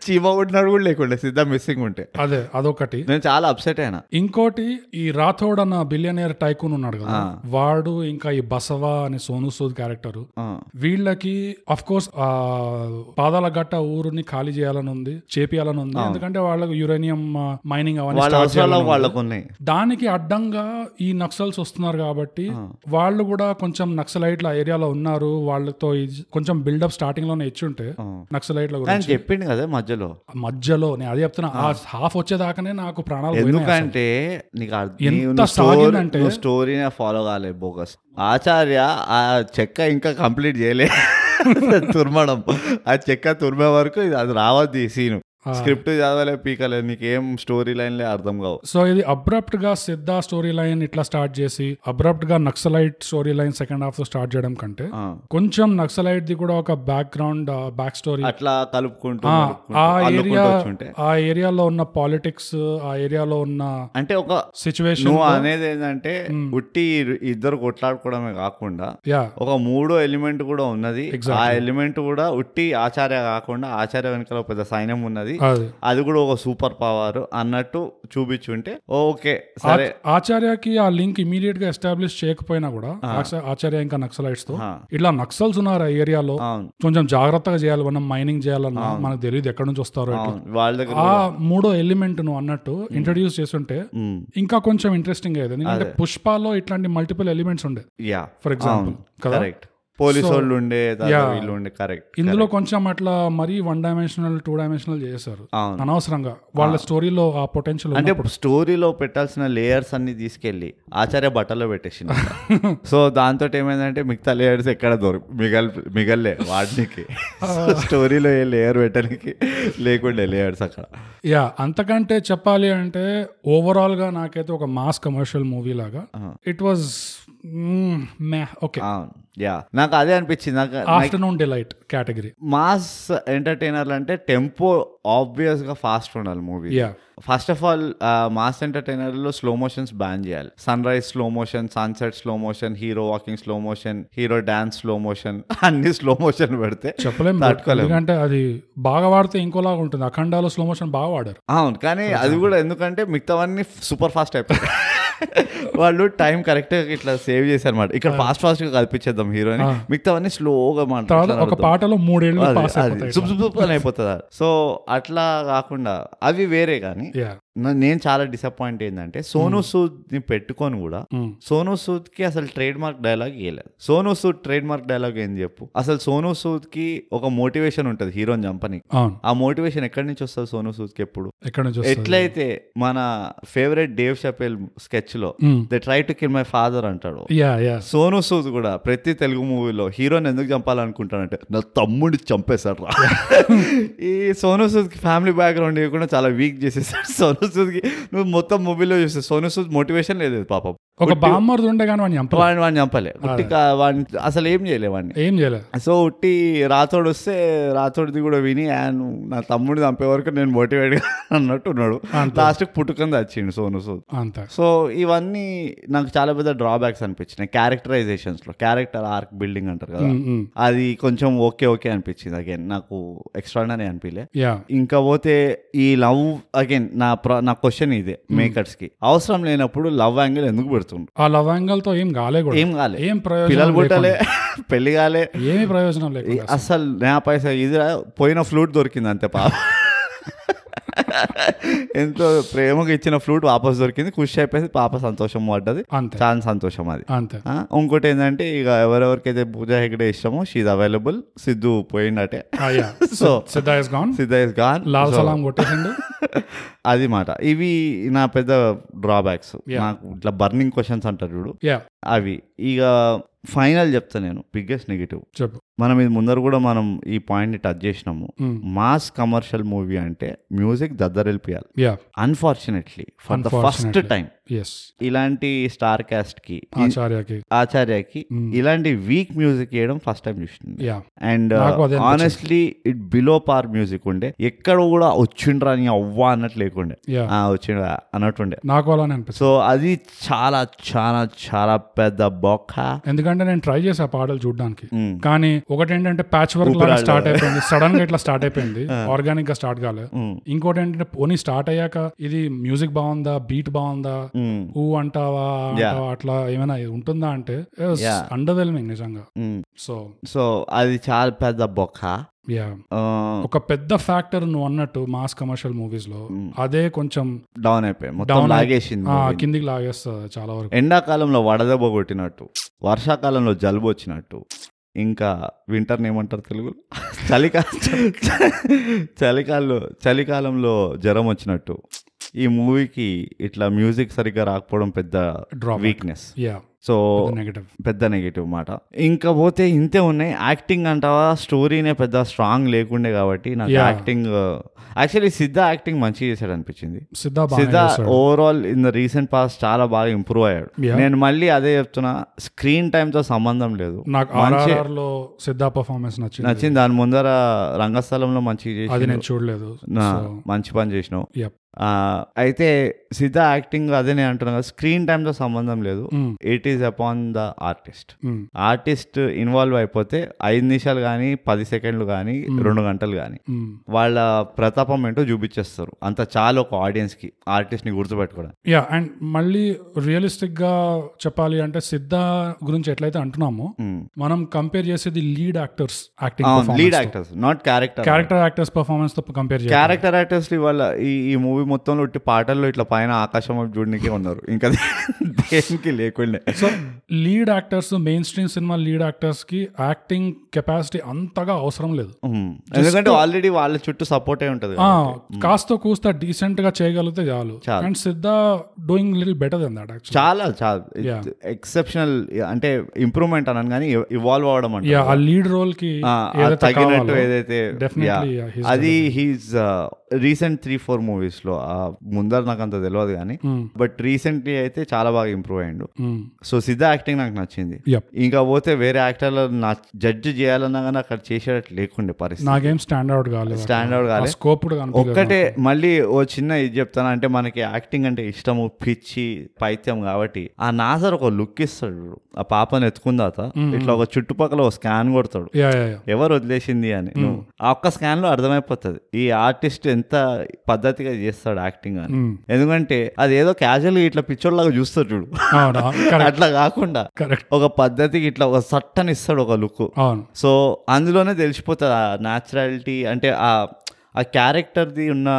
Speaker 1: చీమ కొట్టినాడు కూడా లేకుండే సిద్ధ మిస్సింగ్ ఉంటే
Speaker 2: అదే అదొకటి
Speaker 1: నేను చాలా అప్సెట్ అయినా
Speaker 2: ఇంకోటి ఈ రాథోడ్ అన్న బిలియనియర్ టైకూన్ ఉన్నాడు కదా వాడు ఇంకా ఈ బసవ అనే సోను సూద్ క్యారెక్టర్
Speaker 1: ఆ,
Speaker 2: వీళ్ళకి అఫ్ కోర్స్ ఆ పాదాల గట్ట ఊరుని ఖాళీ చేయాలని ఉంది చేపియాలని ఉంది ఎందుకంటే వాళ్ళకు యురేనియం మైనింగ్ అవన్నీ
Speaker 1: వాళ్ళ
Speaker 2: start
Speaker 1: అవసరాలు వాళ్ళకు ఉన్నాయి
Speaker 2: దానికి అడ్డంగా ఈ నక్సల్స్ వస్తున్నారు కాబట్టి వాళ్ళు కూడా కొంచెం నక్సలైట్ల ఏరియాలో ఉన్నారు వాళ్ళతో ఇది- కొంచెం బిల్డప్ స్టార్టింగ్ లోనే ఇచ్చుంటే నక్సలైట్ల గురించి
Speaker 1: అని చెప్పింది కదా మధ్యలో
Speaker 2: మధ్యలో నేను అదే చెప్తున్నా ఆ హాఫ్ వచ్చేదాకానే నాకు ప్రాణాలు పోయినాయి.
Speaker 1: ఎందుకంటే నీకు అర్థం-
Speaker 2: ఎంత
Speaker 1: నీవు నువ్వు
Speaker 2: సాగిందంటే-
Speaker 1: స్టోరీ- నువ్వు స్టోరీనే ఫాలో కాలే బోగస్ ఆచార్య ఆ చెక్క ఇంకా కంప్లీట్ చేయలే తుర్మడం ఆ చెక్క తుర్మే వరకు ఇది అది రావద్దు ఈ సీన్
Speaker 2: ఆ.
Speaker 1: స్క్రిప్ట్ చదవలే పీకలే నీకేం స్టోరీ లైన్లే అర్థం కావు
Speaker 2: సో ఇది అబ్రప్ట్ గా సిద్ధా స్టోరీ లైన్ ఇట్లా స్టార్ట్ చేసి అబ్రప్ట్ గా naxalite story line second half తో స్టార్ట్ చేయడం కంటే
Speaker 1: ఆ.
Speaker 2: కొంచెం నక్సలైట్ ది కూడా ఒక బ్యాక్గ్రౌండ్ బ్యాక్ స్టోరీ
Speaker 1: అట్లా కలుపుకుంటూ
Speaker 2: ఆ
Speaker 1: కలుపుకుంటూ,
Speaker 2: ఆ ఏరియా
Speaker 1: అల్లుకుంటూ వచ్చుంటే
Speaker 2: ఆ ఏరియాలో ఉన్న పాలిటిక్స్ ఆ ఏరియాలో ఉన్న
Speaker 1: అంటే ఒక
Speaker 2: సిచ్యువేషన్
Speaker 1: నువ్వు అనేది ఏంటంటే ఉట్టి ఇద్దరు కొట్లాడుకోవడమే కాకుండా
Speaker 2: యా
Speaker 1: ఒక మూడో ఎలిమెంట్ కూడా ఉన్నది ఆ ఎలిమెంట్ కూడా ఉట్టి ఆచార్య కాకుండా ఆచార్య వెనకాల ఒక పెద్ద సైన్యం ఉన్నది
Speaker 2: అది
Speaker 1: అది కూడా ఒక సూపర్ పవర్ అన్నట్టు చూపించుంటే ఓకే సరే
Speaker 2: ఆచ- ఆచార్యకి ఆ లింక్ ఇమీడియట్ గా ఎస్టాబ్లిష్ చేయకపోయినా కూడా ఆచ- ఆచార్య ఇంకా నక్సలైట్స్ తో
Speaker 1: ఆ.
Speaker 2: ఇట్లా నక్సల్స్ ఉన్నారు ఆ ఏరియాలో
Speaker 1: అవును
Speaker 2: కొంచెం జాగ్రత్తగా చేయాలి మనం మైనింగ్ చేయాలన్నా మనకు తెలియదు ఎక్కడి నుంచి వస్తారో ఇట్లా.
Speaker 1: అవును వాళ్ళ దగ్గర
Speaker 2: ఆ మూడో ఎలిమెంట్ ను అన్నట్టు ఇంట్రడ్యూస్ చేస్తుంటే
Speaker 1: ఉమ్,
Speaker 2: ఇంకా కొంచెం ఇంట్రెస్టింగ్ అయ్యేది ఎందుకంటే పుష్పాలో ఇట్లాంటి మల్టిపుల్ ఎలిమెంట్స్ ఉండే
Speaker 1: యా
Speaker 2: ఫర్ ఎగ్జాంపుల్ కదా
Speaker 1: కరెక్ట్ పోలీసు వాళ్ళు ఉండే తర్వాత
Speaker 2: యా.
Speaker 1: వీళ్ళు ఉండే కరెక్ట్
Speaker 2: ఇందులో కొంచెం అట్లా మరీ వన్ డైమెన్షనల్ టూ డైమెన్షనల్ చేశారు
Speaker 1: అవును.
Speaker 2: అనవసరంగా వాళ్ళ స్టోరీలో ఆ పొటెన్షియల్
Speaker 1: అంటే స్టోరీలో పెట్టాల్సిన లేయర్స్ అన్ని తీసుకెళ్ళి ఆచార్య బట్టలో పెట్టేసింది సో దాంతో ఏమైందంటే మిగతా లేయర్స్ ఎక్కడ దొరక మిగల్ మిగల్లే వాటికి స్టోరీలో ఏ లేయర్ పెట్టడానికి లేకుండే లేయర్స్ అక్కడ
Speaker 2: యా అంతకంటే చెప్పాలి అంటే ఓవరాల్ గా నాకైతే ఒక మాస్ కమర్షియల్ మూవీ లాగా ఇట్ వాజ్ మే ఓకే
Speaker 1: అవును యా నాకు అదే అనిపించింది నాకు
Speaker 2: ఆఫ్టర్నూన్ డిలైట్ కేటగిరీ
Speaker 1: మాస్ ఎంటర్టైనర్లు అంటే టెంపో ఆబ్వియస్ గా ఫాస్ట్ ఉండాలి movie
Speaker 2: yeah
Speaker 1: first of all mass ఎంటర్టైనర్లో స్లో మోషన్స్ బ్యాన్ చేయాలి sunrise slow motion sunset slow motion hero walking slow motion hero dance slow motion అన్ని స్లో మోషన్ పెడితే
Speaker 2: చెప్పలేం bro.
Speaker 1: తట్టుకోలేము
Speaker 2: ఎందుకంటే అది బాగా వాడితే ఇంకోలాగా ఉంటుంది అఖండాలో స్లో మోషన్ బాగా వాడారు
Speaker 1: అవును కానీ అది కూడా ఎందుకంటే మిగతావన్నీ సూపర్ ఫాస్ట్ అయిపోయాయి వాళ్ళు టైం కరెక్ట్ గా ఇట్లా సేవ్ చేశారు అనమాట ఇక్కడ ఫాస్ట్ ఫాస్ట్ గా కల్పించేద్దాం హీరోని మిగతావన్నీ స్లోగా
Speaker 2: తర్వాత ఒక పాటలో మూడేళ్ళు
Speaker 1: అది-
Speaker 2: పాస్
Speaker 1: అది.
Speaker 2: అయిపోతాయి
Speaker 1: సుప్ సుప్ సుప్ అని అయిపోతుంది సో అట్లా కాకుండా అవి వేరే కానీ
Speaker 2: యా
Speaker 1: నా- నేను చాలా డిసప్పాయింట్ ఏంటంటే సోను సూద్ ని పెట్టుకొని కూడా
Speaker 2: మ్మ్.
Speaker 1: సోను సూద్ కి అసలు ట్రేడ్ మార్క్ డైలాగ్ ఇవ్వలేదు Sonu Sood trademark dialogue ఏం చెప్పు అసలు సోను సూద్ కి ఒక మోటివేషన్ ఉంటుంది హీరోని చంపని
Speaker 2: అవును
Speaker 1: ఆ మోటివేషన్ ఎక్కడి నుంచి వస్తుంది సోను సూద్ కి ఎప్పుడు
Speaker 2: ఎక్కడ నుంచి వస్తుంది
Speaker 1: ఎట్లయితే మన ఫేవరెట్ డేవ్ షపెల్ స్కెచ్ లో
Speaker 2: మ్మ్.
Speaker 1: The try to kill my father అంటాడు
Speaker 2: యా యా
Speaker 1: సోను సూద్ కూడా ప్రతి తెలుగు మూవీలో హీరోని ఎందుకు చంపాలనుకుంటానంటే నా తమ్ముడిని చంపేశాడు రా ఈ సోను సూద్కి ఫ్యామిలీ బ్యాక్గ్రౌండ్ ఇవ్వకుండా చాలా వీక్ చేసేసాడు సోను సూద్కి నువ్వు మొత్తం మూవీలో చూస్తే సోను సూద్ మోటివేషన్ లేదు పాపం
Speaker 2: ఒక బామ్మర్ది ఉండే కానీ వాడిని చంపలేదు
Speaker 1: వాడిని వాడిని చంపలే ఉట్టి కా- వాడిని అసలు ఏం చేయలే వాడిని
Speaker 2: ఏం చేయలే
Speaker 1: సో ఉట్టి రాథోడ్ వస్తే రాథోడ్ది కూడా విని ఆయన నా తమ్ముడిని చంపే వరకు నేను మోటివేట్ అన్నట్టు ఉన్నాడు లాస్ట్కి పుట్టుకొని వచ్చిండు సోను సూద్
Speaker 2: అంతే
Speaker 1: సో ఇవన్నీ నాకు చాలా పెద్ద డ్రాబ్యాక్స్ అనిపించినాయి క్యారెక్టరైజేషన్స్ లో క్యారెక్టర్ ఆర్క్ బిల్డింగ్ అంటారు కదా
Speaker 2: ఉమ్, ఉమ్.
Speaker 1: అది కొంచెం ఓకే ఓకే అనిపించింది అగైన్ నాకు ఎక్స్ట్రాడనరీ అనిపించలే
Speaker 2: యా
Speaker 1: ఇంకా పోతే ఈ లవ్ అగైన్ నా ప్ర- నా క్వశ్చన్ ఇదే మేకర్స్ కి అవసరం లేనప్పుడు లవ్ యాంగిల్ ఎందుకు పెడుతుండ్రు
Speaker 2: ఆ లవంగల్ తో ఏం గాలే కూడా
Speaker 1: ఏం కాలే
Speaker 2: ఏం
Speaker 1: పిల్లలు
Speaker 2: ప్రయోజనం
Speaker 1: పుట్టలే పెళ్లి కాలే
Speaker 2: ఏమి ప్రయోజనం లేకుండా
Speaker 1: అసలు నా పైసా ఇది రా- పోయిన ఫ్లూట్ దొరికింది అంతే పాప ఎంతో ప్రేమగా ఇచ్చిన ఫ్లూట్ వాపస్ దొరికింది ఖుషి అయిపోయింది పాప సంతోషం పడ్డది
Speaker 2: అంతే
Speaker 1: చాలా సంతోషం అది
Speaker 2: అంతే
Speaker 1: ఆ, ఇంకోటి ఏంటంటే ఇక ఎవరెవరికైతే పూజ హెగ్డే ఇష్టమో షీజ్ అవైలబుల్ సిద్ధు పోయిందటే
Speaker 2: ఆ, yeah
Speaker 1: so
Speaker 2: Ah, Siddha is gone
Speaker 1: Siddha is gone
Speaker 2: Lal సలాం కొట్టేసిండు
Speaker 1: అది మాట ఇవి నా పెద్ద డ్రాబ్యాక్స్ నాకు ఇట్లా బర్నింగ్ క్వశ్చన్స్ అంటారు చూడు
Speaker 2: యా
Speaker 1: అవి ఇక ఫైనల్ చెప్తా నేను బిగ్గెస్ట్ నెగిటివ్
Speaker 2: చెప్పు
Speaker 1: మనం ఇది ముందర కూడా మనం ఈ పాయింట్ని టచ్ చేసినాము
Speaker 2: ఉమ్.
Speaker 1: మాస్ కమర్షియల్ మూవీ అంటే మ్యూజిక్ దద్దరెళ్ళిపోయాలి
Speaker 2: yeah
Speaker 1: unfortunately for the first
Speaker 2: Unfortunately.
Speaker 1: Time
Speaker 2: yes
Speaker 1: ఇలాంటి స్టార్ క్యాస్ట్ కి
Speaker 2: ఆచార్యకి
Speaker 1: ఆచార్యకి
Speaker 2: Hmm.
Speaker 1: ఇలాంటి వీక్ మ్యూజిక్ వేయడం ఫస్ట్ టైం చూస్తుంది
Speaker 2: యా
Speaker 1: అండ్
Speaker 2: నాకు అదే అనిపించింది.
Speaker 1: Honestly it below par music ఉండే ఎక్కడ కూడా వచ్చిండ్రా అని అవ్వా అన్నట్టు లేకుండే
Speaker 2: యా
Speaker 1: ఆ, వచ్చిండ్రా అన్నట్టుండే
Speaker 2: నాకు అలానే అనిపిస్తుంది
Speaker 1: సో అది చాలా చాలా చాలా పెద్ద బొక్క Hmm.
Speaker 2: ఎందుకంటే నేను ట్రై చేసా పాటలు చూడడానికి
Speaker 1: మ్మ్.
Speaker 2: కానీ ఒకటి ఏంటంటే ప్యాచ్ వర్క్ లాగా స్టార్ట్ అయిపోయింది సడన్ గా ఇట్లా స్టార్ట్ అయిపోయింది ఆర్గానిక్ గా స్టార్ట్ కాలే ఇంకోటి ఏంటంటే పోనీ స్టార్ట్ అయ్యాక ఇది మ్యూజిక్ బాగుందా బీట్ బాగుందా
Speaker 1: మ్మ్.
Speaker 2: ఊ అంటావా ఆ అంటావా అట్లా ఏమైనా ఉంటుందా అంటే అండర్వెల్మింగ్ నిజంగా
Speaker 1: మ్మ్.
Speaker 2: So
Speaker 1: so Hmm. అది చాలా పెద్ద బొక్క Uh,
Speaker 2: యా ఒక పెద్ద ఫ్యాక్టర్ నువ్వు అన్నట్టు మాస్ కమర్షియల్ మూవీస్ లో అదే కొంచెం
Speaker 1: డౌన్ అయిపోయాయి hmm. మొత్తం
Speaker 2: Down అయి-
Speaker 1: లాగేసింది
Speaker 2: ఆ, కిందికి లాగేస్తుంది చాలా వరకు
Speaker 1: ఎండాకాలంలో వడదెబ్బ కొట్టినట్టు వర్షాకాలంలో జలుబు వచ్చినట్టు ఇంకా వింటర్ని ఏమంటారు తెలుగు చలికాలం చలికాలంలో చలికాలంలో జ్వరం వచ్చినట్టు ఈ మూవీకి ఇట్లా మ్యూజిక్ సరిగ్గా రాకపోవడం పెద్ద
Speaker 2: drop
Speaker 1: weakness
Speaker 2: yeah
Speaker 1: so
Speaker 2: negative
Speaker 1: పెద్ద నెగిటివ్ మాట ఇంకా పోతే ఇంతే ఉన్నాయి యాక్టింగ్ అంటావా స్టోరీనే పెద్ద స్ట్రాంగ్ లేకుండే కాబట్టి నాకు
Speaker 2: Yeah.
Speaker 1: Acting actually Siddha acting మంచిగా చేశాడు అనిపించింది
Speaker 2: సిద్ధా
Speaker 1: సిద్ధా
Speaker 2: బాగా
Speaker 1: overall in the recent past చాలా బాగా ఇంప్రూవ్ అయ్యాడు
Speaker 2: Yeah.
Speaker 1: నేను మళ్ళీ అదే చెప్తున్నా స్క్రీన్ టైం తో సంబంధం లేదు
Speaker 2: నాకు ఆర్ఆర్ఆర్ లో సిద్ధా పర్ఫార్మెన్స్ నచ్చింది
Speaker 1: నచ్చింది దాని ముందర రంగస్థలంలో మంచిగా
Speaker 2: అది
Speaker 1: చేసి
Speaker 2: నేను చూడలేదు
Speaker 1: మంచి పని చేసినావు
Speaker 2: Yep.
Speaker 1: ఆ, అయితే సిద్ధ యాక్టింగ్ అదే నేను అంటున్నా కదా స్క్రీన్ టైం తో సంబంధం లేదు
Speaker 2: Mm.
Speaker 1: It is upon the artist
Speaker 2: hmm.
Speaker 1: Artist involve అయిపోతే ఐదు నిమిషాలు కానీ పది సెకండ్లు కానీ రెండు గంటలు కానీ
Speaker 2: మ్మ్.
Speaker 1: వాళ్ళ ప్రతాపం ఏంటో చూపించేస్తారు అంత చాలు ఒక ఆడియన్స్కి ఆర్టిస్ట్ని గుర్తుపెట్టుకోవడం
Speaker 2: యా అండ్ మళ్ళీ రియలిస్టిక్ గా చెప్పాలి అంటే సిద్ధ గురించి ఎట్లయితే అంటున్నామో మనం కంపేర్ చేసేది lead actors acting
Speaker 1: lead actors not character
Speaker 2: character actors performance తో కంపేర్ చేయాలి
Speaker 1: క్యారెక్టర్ యాక్టర్స్ ఇవాళ ఈ ఈ మూవీ మొత్తంలో ఇట్టి పాటల్లో ఇట్లా పైన ఆకాశం వైపు చూడడానికి ఉన్నారు ఇంకా దేనికి లేకుండే
Speaker 2: so lead actors mainstream cinema lead actors కి యాక్టింగ్ కెపాసిటీ అంతగా అవసరం లేదు
Speaker 1: Hmm. ఎందుకంటే ఆల్రెడీ వాళ్ళ చుట్టూ సపోర్ట్ అయి ఉంటది
Speaker 2: ఆ,
Speaker 1: కదా.
Speaker 2: కాస్త కూస్త డీసెంట్ గా చేయగలిగితే చాలు
Speaker 1: చాలు.
Speaker 2: And Siddha doing little better then that actually
Speaker 1: చాలా చాలా
Speaker 2: Yeah.
Speaker 1: ఎక్సెప్షనల్ అంటే ఇంప్రూవ్మెంట్ అన్నాను కానీ ఇవాల్వ్ అవడం అంటే
Speaker 2: యా ఆ లీడ్ రోల్ కి ఏదైతే
Speaker 1: తగినట్టు
Speaker 2: కావాలో
Speaker 1: ఏదైతే
Speaker 2: Definitely,
Speaker 1: yeah.
Speaker 2: yeah, he's
Speaker 1: అది uh, he's recent three four movies లో ఆ, ముందర నాకు అంత తెలియదు కానీ
Speaker 2: Hmm.
Speaker 1: బట్ రీసెంట్లీ అయితే చాలా బాగా ఇంప్రూవ్ అయ్యిండు
Speaker 2: మ్మ్.
Speaker 1: సో సిద్ధ యాక్టింగ్ నాకు నచ్చింది
Speaker 2: Yep.
Speaker 1: ఇంకా పోతే వేరే యాక్టర్లు నా జడ్జ్ చేయాలన్నా కానీ అక్కడ చేసేటట్టు లేకుండే పరిస్థితి
Speaker 2: నాకేం స్టాండ్ అవుట్ కాలేదు
Speaker 1: స్టాండ్ అవుట్
Speaker 2: ఆ
Speaker 1: కాలే
Speaker 2: స్కోప్ కూడా కనిపించలేదు
Speaker 1: ఒక్కటే మళ్ళీ ఓ చిన్న ఇది చెప్తాను అంటే మనకి యాక్టింగ్ అంటే ఇష్టము పిచ్చి పైత్యం కాబట్టి ఆ నాజర్ ఒక లుక్ ఇస్తాడు చూడు. ఆ పాపను ఎత్తుకుందాత ఇట్లా ఒక చుట్టుపక్కల ఒక స్కాన్ కొడతాడు
Speaker 2: యా యా యా
Speaker 1: ఎవరు వదిలేసింది అని నువ్వు ఆ ఒక్క స్కాన్ లో అర్థమైపోతుంది ఈ ఆర్టిస్ట్ ఎంత పద్ధతిగా చేస్తాడు యాక్టింగ్ అని
Speaker 2: మ్మ్.
Speaker 1: ఎందుకంటే అది ఏదో క్యాజువల్ ఇట్లా పిచ్చోళ్ళగా చూస్తాడు చూడు
Speaker 2: అవునా కరెక్ట్
Speaker 1: అట్లా కాకుండా
Speaker 2: కరెక్ట్
Speaker 1: ఒక పద్ధతికి ఇట్లా ఒక సట్టని ఇస్తాడు ఒక లుక్
Speaker 2: అవును
Speaker 1: సో అందులోనే తెలిసిపోతుంది ఆ న్యాచురాలిటీ అంటే ఆ ఆ క్యారెక్టర్ది ఉన్న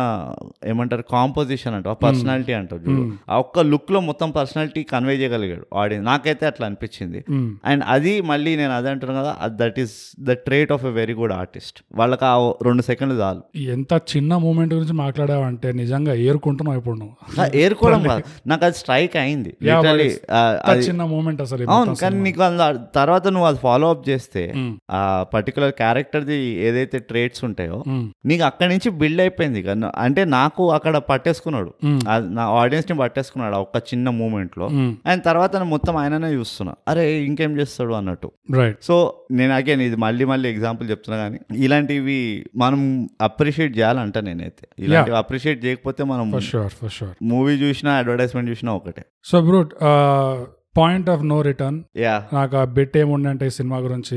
Speaker 1: ఏమంటారు కాంపోజిషన్ అంటారు ఆ పర్సనాలిటీ అంటారు చూడు ఆ ఒక్క లుక్లో మొత్తం పర్సనాలిటీ కన్వే చేయగలిగాడు ఆడియన్స్ నాకైతే అట్లా అనిపించింది
Speaker 2: మ్మ్.
Speaker 1: అండ్ అది మళ్ళీ నేను అదే అంటాను కదా that is the trait of a very good artist వాళ్ళకి ఆ రెండు సెకండ్లు చాలు
Speaker 2: ఎంత చిన్న మూమెంట్ గురించి మాట్లాడావంటే నిజంగా ఏరుకుంటున్నావు ఇప్పుడు నువ్వు
Speaker 1: ఆ, ఏరుకోవడం కాదు నాకు అది స్ట్రైక్ అయింది
Speaker 2: Yeah, but
Speaker 1: లిటరలీ
Speaker 2: it's- ఎంత చిన్న మూమెంట్ అసలు ఈ
Speaker 1: అవును
Speaker 2: మొత్తం
Speaker 1: కానీ నీకు అందులో తర్వాత నువ్వు అది ఫాలో అప్ చేస్తే
Speaker 2: మ్మ్.
Speaker 1: ఆ పర్టికులర్ క్యారెక్టర్ది ఏదైతే ట్రేట్స్ ఉంటాయో
Speaker 2: మ్మ్.
Speaker 1: నీకు అక్కడి నుంచి బిల్డ్ అయిపోయింది ఇక. నా- అంటే నాకు అక్కడ పట్టేసుకున్నాడు
Speaker 2: మ్మ్.
Speaker 1: ఆ నా ఆడియన్స్ ని పట్టేసుకున్నాడు ఆ ఒక్క చిన్న మూమెంట్ లో
Speaker 2: మ్మ్.
Speaker 1: అండ్ తర్వాత నేను మొత్తం ఆయననే చూస్తున్నా అరే ఇంకేం చేస్తాడు అన్నట్టు
Speaker 2: రైట్
Speaker 1: సో నేను అగైన్ ఇది మళ్ళీ మళ్ళీ ఎగ్జాంపుల్ చెప్తున్నా కానీ ఇలాంటివి మనం అప్రిషియేట్ చేయాలంట నేనైతే ఇలాంటివి అప్రిషియేట్ చేయకపోతే మనం
Speaker 2: for sure for sure
Speaker 1: movie చూసినా అడ్వర్టైజ్మెంట్ చూసినా ఒకటే
Speaker 2: so Brute uh, point of no return
Speaker 1: yeah
Speaker 2: నాకు ఆ బిట్ ఏముండంటే ఈ సినిమా గురించి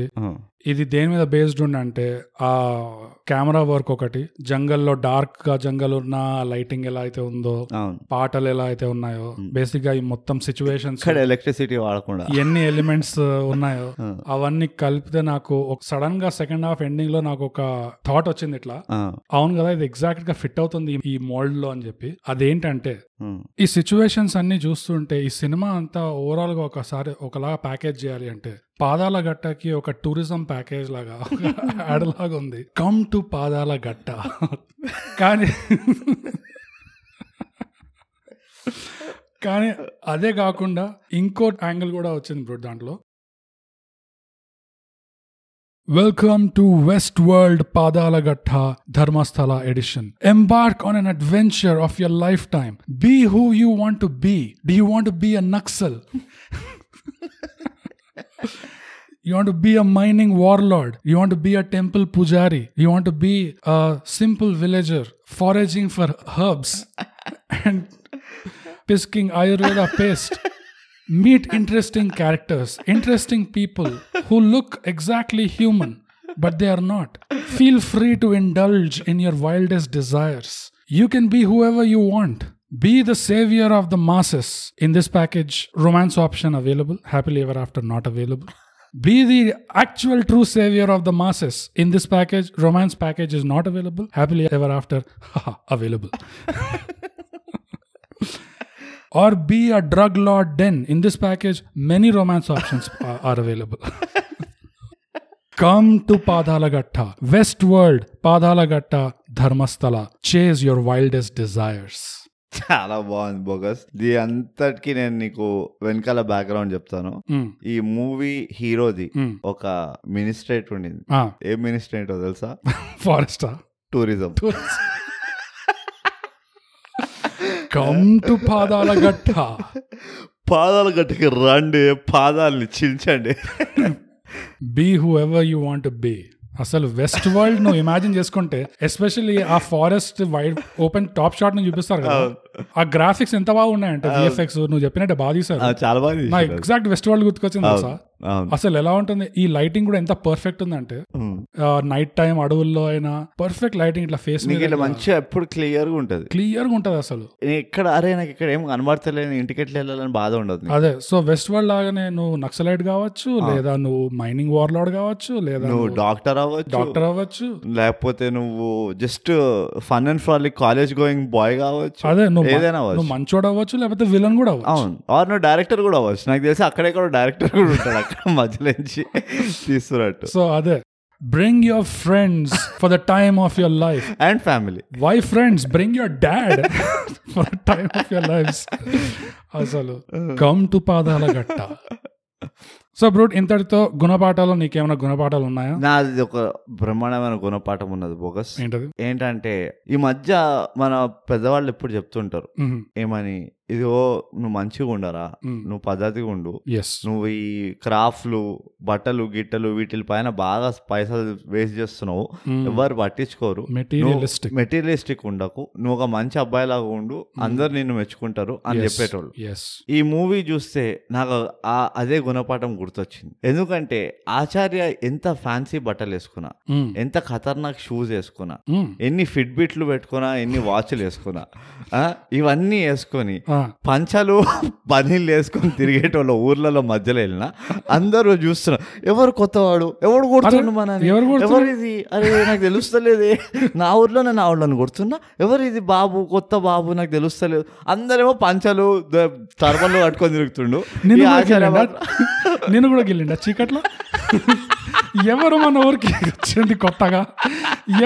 Speaker 2: ఇది దేని మీద బేస్డ్ ఉండంటే ఆ కెమెరా వర్క్ ఒకటి జంగల్లో డార్క్ గా జంగల్ ఉన్న లైటింగ్ ఎలా అయితే ఉందో
Speaker 1: అవును
Speaker 2: పాటలు ఎలా అయితే ఉన్నాయో బేసిక్ గా ఈ మొత్తం సిచ్యువేషన్స్
Speaker 1: ఇక్కడ ఎలక్ట్రిసిటీ వాడకుండా
Speaker 2: ఎన్ని ఎలిమెంట్స్ ఉన్నాయో
Speaker 1: ఆ.
Speaker 2: అవన్నీ కలిపితే నాకు ఒక సడన్ గా సెకండ్ హాఫ్ ఎండింగ్ లో నాకు ఒక థాట్ వచ్చింది ఇట్లా
Speaker 1: ఆ,
Speaker 2: అవును కదా ఇది ఎగ్జాక్ట్ గా ఫిట్ అవుతుంది ఈ- ఈ మోల్డ్ లో అని చెప్పి అదేంటంటే
Speaker 1: ఉమ్,
Speaker 2: ఈ సిచ్యువేషన్స్ అన్ని చూస్తుంటే ఈ సినిమా అంతా ఓవరాల్ గా ఒకసారి ఒకలా ప్యాకేజ్ చేయాలి అంటే పాదాల గట్టకి ఒక టూరిజం ప్యాకేజ్ లాగా యాడ్ లాగా ఉంది కమ్ టు పాదాల గట్ట కానీ కానీ అదే కాకుండా ఇంకో యాంగిల్ కూడా వచ్చింది బ్రో దాంట్లో welcome to West World Padalagatta Dharmasthala edition embark on an adventure of your life time be who you want to be డీ you want be a Naxal You want to be a mining warlord. You want to be a temple pujari. You want to be a simple villager foraging for herbs and pisking Ayurveda paste. Meet interesting characters, interesting people who look exactly human, but they are not. Feel free to indulge in your wildest desires. You can be whoever you want. Be the savior of the masses. In this package, romance option available, happily ever after not available. Be the actual true savior of the masses. In this package, romance package is not available. Happily ever after, haha, available. or be a drug lord den. In this package, many romance options are, are available. Come to Padalagatta, West World, Padalagatta, Dharmasthala. Chase your wildest desires.
Speaker 1: చాలా బాగుంది బోగస్ ఇది అంతటికి నేను నీకు వెనకాల బ్యాక్గ్రౌండ్ చెప్తాను
Speaker 2: Mm,
Speaker 1: ఈ మూవీ హీరోది
Speaker 2: mm.
Speaker 1: ఒక మినిస్ట్రేట్ ఉండింది
Speaker 2: Ah,
Speaker 1: ఏ మినిస్ట్రేటో తెలుసా
Speaker 2: Forrester.
Speaker 1: Tourism
Speaker 2: Come to Padalagatta.
Speaker 1: పాదాల గట్టుకి రండి పాదాలని చించండి
Speaker 2: be who ever you want be అసలు వెస్ట్ వరల్డ్ నువ్వు ఇమాజిన్ చేసుకుంటే ఎస్పెషల్లీ ఆ forest wide open top shot ని చూపిస్తారు కదా ఆ గ్రాఫిక్స్ ఎంత బాగున్నాయంటే విఎఫ్ఎక్స్ నువ్వు చెప్పినట్టే బాగా
Speaker 1: ఆ,
Speaker 2: తీసారు
Speaker 1: చాలా బాగా
Speaker 2: నా
Speaker 1: తీశారు.
Speaker 2: ఎగ్జాక్ట్ వెస్ట్ వరల్డ్ గుర్తుకొచ్చింది తెలుసా
Speaker 1: అవును
Speaker 2: అసలు ఎలా ఉంటుంది ఈ లైటింగ్ కూడా ఎంత పర్ఫెక్ట్ ఉందంటే
Speaker 1: ఉమ్.
Speaker 2: నైట్ టైం అడవుల్లో అయినా పర్ఫెక్ట్ లైటింగ్ ఇట్లా ఫేస్
Speaker 1: నీకు ఇట్లా మంచిగా ఎప్పుడు క్లియర్ గా ఉంటది
Speaker 2: క్లియర్ గా ఉంటది అసలు
Speaker 1: నేను ఇక్కడ అరే నాకు ఇక్కడ ఏం కనబడతలేదు ఇంటికి ఎట్లా వెళ్ళాలని బాధ ఉండదు నీకు.
Speaker 2: అదే సో వెస్ట్ వరల్డ్ లాగానే నువ్వు నక్సలైట్ కావచ్చు లేదా నువ్వు మైనింగ్ వార్లాడ్ కావచ్చు లేదా
Speaker 1: నువ్వు డాక్టర్ అవ్వచ్చు
Speaker 2: డాక్టర్ అవ్వచ్చు
Speaker 1: లేకపోతే నువ్వు జస్ట్ ఫన్ అండ్ ఫ్రాలీ కాలేజ్ గోయింగ్ బాయ్ కావచ్చు
Speaker 2: అదే నువ్వు మ-
Speaker 1: ఏదైనా అవ్వచ్చు
Speaker 2: నువ్వు మంచోడు అవ్వచ్చు లేకపోతే విలన్ కూడా అవ్వచ్చు
Speaker 1: అవును ఆర్ నువ్వు డైరెక్టర్ కూడా అవ్వచ్చు నాకు తెలిసి అక్కడెక్కడ డైరెక్టర్ కూడా ఉంటాడు అక్కడ మధ్యలో నుంచి తీస్తున్నట్టు
Speaker 2: సో అదే bring your friends for the time of your life
Speaker 1: and family
Speaker 2: why friends bring your dad for the time of your life అసలు come to Padalagatta so brute ఇంతటితో గుణపాఠాలు నీకేమైనా గుణపాఠాలు ఉన్నాయా
Speaker 1: నాది ఒక బ్రహ్మాండమైన గుణపాఠం ఉన్నది బోగస్
Speaker 2: ఏంటది
Speaker 1: ఏంటంటే ఈ మధ్య మన పెద్దవాళ్ళు ఎప్పుడు చెప్తుంటారు ఏమని ఇదిగో నువ్వు మంచిగా ఉండరా నువ్వు పద్ధతిగా ఉండు
Speaker 2: ఎస్
Speaker 1: నువ్వు ఈ క్రాఫ్ట్లు బట్టలు గిట్టలు వీటి పైన బాగా పైసలు వేస్ట్ చేస్తున్నావు ఎవరు పట్టించుకోరు
Speaker 2: మెటీరియలిస్టిక్
Speaker 1: మెటీరియలిస్టిక్ ఉండకు నువ్వు ఒక మంచి అబ్బాయిలాగా ఉండు అందరు నిన్ను మెచ్చుకుంటారు అని చెప్పేటోళ్ళు
Speaker 2: ఎస్
Speaker 1: ఈ మూవీ చూస్తే నాకు ఆ- అదే గుణపాఠం గుర్తొచ్చింది ఎందుకంటే ఆచార్య ఎంత ఫ్యాన్సీ బట్టలు వేసుకున్నా
Speaker 2: Hmm.
Speaker 1: ఎంత ఖతర్నాక్ షూస్ వేసుకున్నా ఎన్ని ఫిట్బిట్లు పెట్టుకున్నా ఎన్ని వాచ్లు వేసుకున్నా ఆ, ఇవన్నీ వేసుకొని పంచలు బనీళ్ళు వేసుకొని తిరిగేటోళ్ళ ఊర్లలో మధ్యలో వెళ్ళిన అందరూ చూస్తున్నారు చూస్తున్నా ఎవరు కొత్తవాడు ఎవడు కొడుతుండు
Speaker 2: అరే,
Speaker 1: మన
Speaker 2: ఎవరు కొడుతుండు?
Speaker 1: ఎవరు ఇది అరే నాకు తెలుస్తలేదే నా ఊర్లోనే నా ఊళ్ళని కొడుతున్నా ఎవరు ఇది బాబు కొత్త బాబు నాకు తెలుస్తలేదు అందరేమో పంచలు తర్మలు కట్టుకొని తిరుగుతుండు
Speaker 2: నేను
Speaker 1: ఈ
Speaker 2: కూడా
Speaker 1: ఆచారం
Speaker 2: గెలిండా
Speaker 1: మాత్రం-
Speaker 2: నేను కూడా గెలిండా చీకట్లో ఎవరు మన ఊరికి వచ్చింది కొత్తగా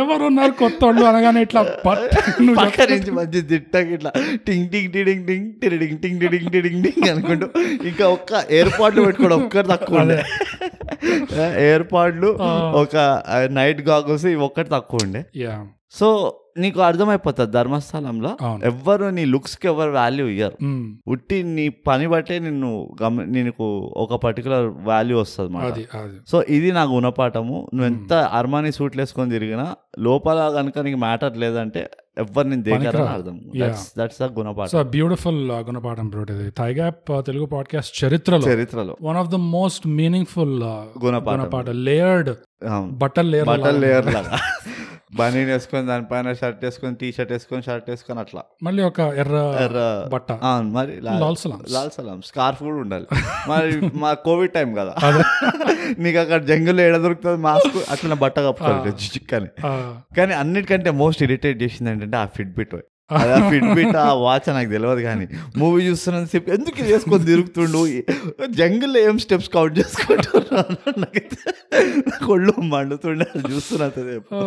Speaker 2: ఎవరున్నారు కొత్త వాళ్ళు అనగానే ఇట్లా పట్ నువ్వు
Speaker 1: పక్క నుంచి మంచి దిట్టకి ఇట్లా టింగ్ టింగ్ టిడింగ్ టింగ్ టిడింగ్ టింగ్ టిడింగ్ టిడింగ్ టింగ్ అనుకుంటూ ఇంకా ఒక్క ఎయిర్పాడ్లు పెట్టుకోవడం ఒక్కరు తక్కువ ఉండే ఎయిర్పాడ్లు ఒక నైట్ గాగుల్స్ ఇవి ఒక్కటి తక్కువ ఉండే
Speaker 2: యా
Speaker 1: సో నీకు అర్థమైపోతుంది ధర్మస్థలంలో
Speaker 2: అవును.
Speaker 1: ఎవ్వరు నీ లుక్స్కి ఎవరు వాల్యూ ఇయ్యరు ఉట్టి నీ పని బట్టే నిన్ను గమ నీకు ఒక పర్టికులర్ వాల్యూ వస్తుంది మాట
Speaker 2: అది అది
Speaker 1: సో ఇది నా గుణపాఠము నువ్వు ఎంత అర్మాని సూట్ వేసుకొని తిరిగినా లోపల కనుక నీకు మ్యాటర్ లేదంటే ఎవరు నేను దేకారని
Speaker 2: పనికిరాదు.
Speaker 1: అర్థం
Speaker 2: Yeah.
Speaker 1: దట్స్ ద గుణపాఠం
Speaker 2: సో బ్యూటిఫుల్ గుణపాఠం బ్రోట్ ఇది థైగ్యాప్ తెలుగు పాడ్కాస్ట్ చరిత్రలో
Speaker 1: చరిత్రలో
Speaker 2: one of the most meaningful
Speaker 1: గుణపాఠం.
Speaker 2: గుణపాఠ లేయర్డ్
Speaker 1: అవును.
Speaker 2: బట్టల్ లేయర్
Speaker 1: బట్టలు లేయర్ లాగా బనీన్ వేసుకొని దానిపైన షర్ట్ వేసుకొని టీ షర్ట్ వేసుకొని షర్ట్ వేసుకొని అట్లా
Speaker 2: మళ్ళీ ఒక ఎర్ర
Speaker 1: ఎర్ర
Speaker 2: బట్ట
Speaker 1: అవును మరి లా-
Speaker 2: Ah, లాల్ సలామ్స్.
Speaker 1: లాల్ సలాం స్కార్ఫ్ కూడా ఉండాలి మరి మా కోవిడ్ టైం కదా నీకు అక్కడ జంగుల్లో ఏడ దొరుకుతుంది మాస్క్ అట్లా బట్ట కప్పుకోవాలి
Speaker 2: Ah.
Speaker 1: జిజిక్ అని
Speaker 2: ఆ,
Speaker 1: కానీ అన్నిటికంటే మోస్ట్ ఇరిటేట్ చేసింది ఏంటంటే ఆ ఫిట్బిట్ అది ఆ ఫిట్బిట్ ఆ వాచ్ నాకు తెలియదు కానీ మూవీ చూస్తున్నాను చెప్పి ఎందుకు ఇది వేసుకొని తిరుగుతుండు జంగిల్లో ఏం స్టెప్స్ కౌంట్ చేసుకుంటున్నాను నాకైతే కొళ్ళు మండుతుండే అది చూస్తున్నా
Speaker 2: ఆ,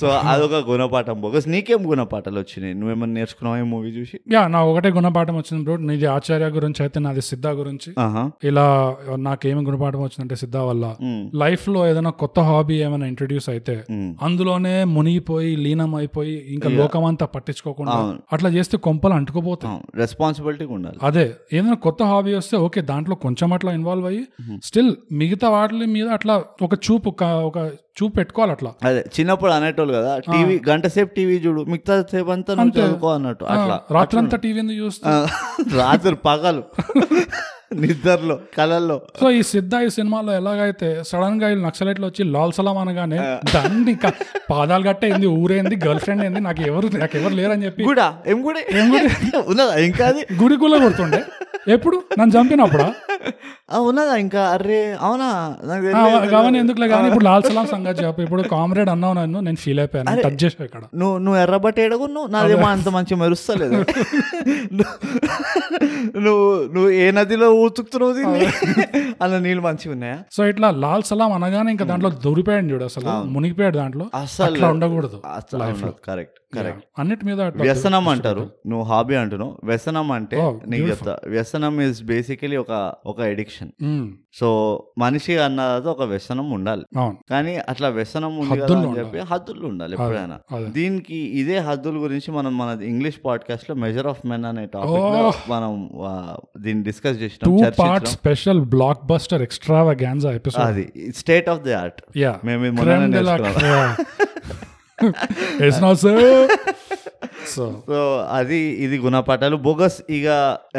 Speaker 1: సో అదొక గుణపాఠం బోగస్ నీకేం గుణపాఠాలు వచ్చినాయి నువ్వేమన్నా నేర్చుకున్నావా ఈ మూవీ చూసి
Speaker 2: యా నా ఒకటే గుణపాఠం వచ్చింది బ్రో నీది ఆచార్య గురించి అయితే నాది సిద్ధ గురించి
Speaker 1: ఆహా
Speaker 2: ఇలా నాకేమి గుణపాఠం వచ్చిందంటే సిద్ధ వల్ల
Speaker 1: మ్మ్.
Speaker 2: లైఫ్ లో ఏదైనా కొత్త హాబీ ఏమైనా ఇంట్రడ్యూస్ అయితే
Speaker 1: మ్మ్.
Speaker 2: అందులోనే మునిగిపోయి లీనం అయిపోయి ఇంకా లోకమంతా పట్టించుకోకుండా అట్లా చేస్తే కొంపలు అంటుకుపోతాయి
Speaker 1: రెస్పాన్సిబిలిటీ ఉండాలి
Speaker 2: అదే ఏదైనా కొత్త హాబీ వస్తే ఓకే దాంట్లో కొంచెం అట్లా ఇన్వాల్వ్ అయ్యి స్టిల్ మిగతా వాటి మీద అట్లా ఒక చూపు క- ఒక చూపు పెట్టుకోవాలి అట్లా
Speaker 1: అదే చిన్నప్పుడు అనేటోళ్ళు కదా టీవీ గంట సేపు టీవీ చూడు మిగతా సేపు అంతా నువ్వు చదువుకో అన్నట్టు అట్లా
Speaker 2: రాత్రంతా టీవీ ఎందుకు చూస్తా
Speaker 1: ఆ, రాత్రి పగలు నిద్రలో కలల్లో
Speaker 2: సో ఈ సిద్ధ ఈ సినిమాలో ఎలాగైతే సడన్ గా వీళ్ళు నక్సలైట్లు వచ్చి లాల్ సలాం అనగానే దాన్ని ఇంకా పాదాలు కట్టేంది ఊరేంది గర్ల్ ఫ్రెండ్ ఏంది నాకు ఎవరు నాకు ఎవరు లేరని చెప్పి
Speaker 1: కూడా ఏం కూడా ఉన్నదా ఇంకా అది
Speaker 2: గుడికుల కొడుతుండే ఎప్పుడు నన్ను చంపినప్పుడా
Speaker 1: ఆ, ఉన్నదా ఇంకా అరే అవునా నాకు
Speaker 2: ఆ,
Speaker 1: తెలియదు.
Speaker 2: కావని ఎందుకులే కానీ ఇప్పుడు లాల్ సలాం సంగతి చెప్పు ఇప్పుడు కామ్రేడ్ అన్నావు నన్ను నేను ఫీల్ అయిపోయాను టచ్ చేసావు ఇక్కడ
Speaker 1: నువ్వు నువ్వు ఎర్రబట్టి ఎడగు నువ్వు నాదేమో అంత మంచి మెరుస్తలేదు నువ్వు- నువ్వు నువ్వు ఏ నదిలో ఊతుకుతున్నావు దీన్ని అలా నీళ్ళు మంచిగా ఉన్నాయా
Speaker 2: సో ఇట్లా లాల్ సలాం అనగానే ఇంకా దాంట్లో దొరిపోయాడు చూడు అసలు మునిగిపోయాడు దాంట్లో
Speaker 1: అసలు
Speaker 2: అట్లా ఉండకూడదు
Speaker 1: అసలు కరెక్ట్ కరెక్ట్
Speaker 2: అన్నిటి మీద అట్లా
Speaker 1: వ్యసనం అంటారు నువ్వు హాబీ అంటున్నావు వ్యసనం అంటే
Speaker 2: Wow,
Speaker 1: నీకు చెప్తా వ్యసనం ఇస్ బేసికలీ ఒక ఒక ఎడిక్షన్
Speaker 2: ఉమ్,
Speaker 1: సో మనిషి అన్నది ఒక వ్యసనం ఉండాలి
Speaker 2: అవును
Speaker 1: కానీ అట్లా వ్యసనం ఉంది కదా అని చెప్పి హద్దులు ఉండాలి ఎప్పుడైనా
Speaker 2: అదే.
Speaker 1: దీనికి ఇదే హద్దుల గురించి మనం మన ఇంగ్లీష్ పాడ్కాస్ట్ లో మెజర్ ఆఫ్ మెన్ అనే టాపిక్ లో మనం ఆ, దీన్ని డిస్కస్ చేసినాం
Speaker 2: టూ పార్ట్
Speaker 1: చర్చించాం
Speaker 2: స్పెషల్ బ్లాక్ బస్టర్ ఎక్స్ట్రా గ్యాన్జా ఎపిసోడ్
Speaker 1: అది state of the art
Speaker 2: yeah
Speaker 1: మేము ఇది మొన్ననే నేర్చుకున్నాం
Speaker 2: సో
Speaker 1: సో అది ఇది గుణపాఠాలు బోగస్ ఇక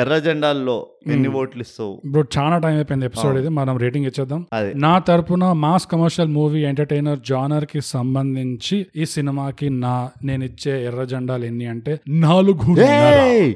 Speaker 1: ఎర్ర జెండాల్లో ఎన్ని ఓట్లు ఇస్తావు
Speaker 2: ఇప్పుడు చాలా టైం అయిపోయింది ఎపిసోడ్ ఇది మనం రేటింగ్ ఇచ్చేద్దాం
Speaker 1: అదే.
Speaker 2: నా తరపున mass commercial movie entertainer genre కి సంబంధించి ఈ సినిమాకి నా నేను ఇచ్చే ఎర్ర జెండాలు ఎన్ని అంటే నాలుగు
Speaker 1: ఏయ్!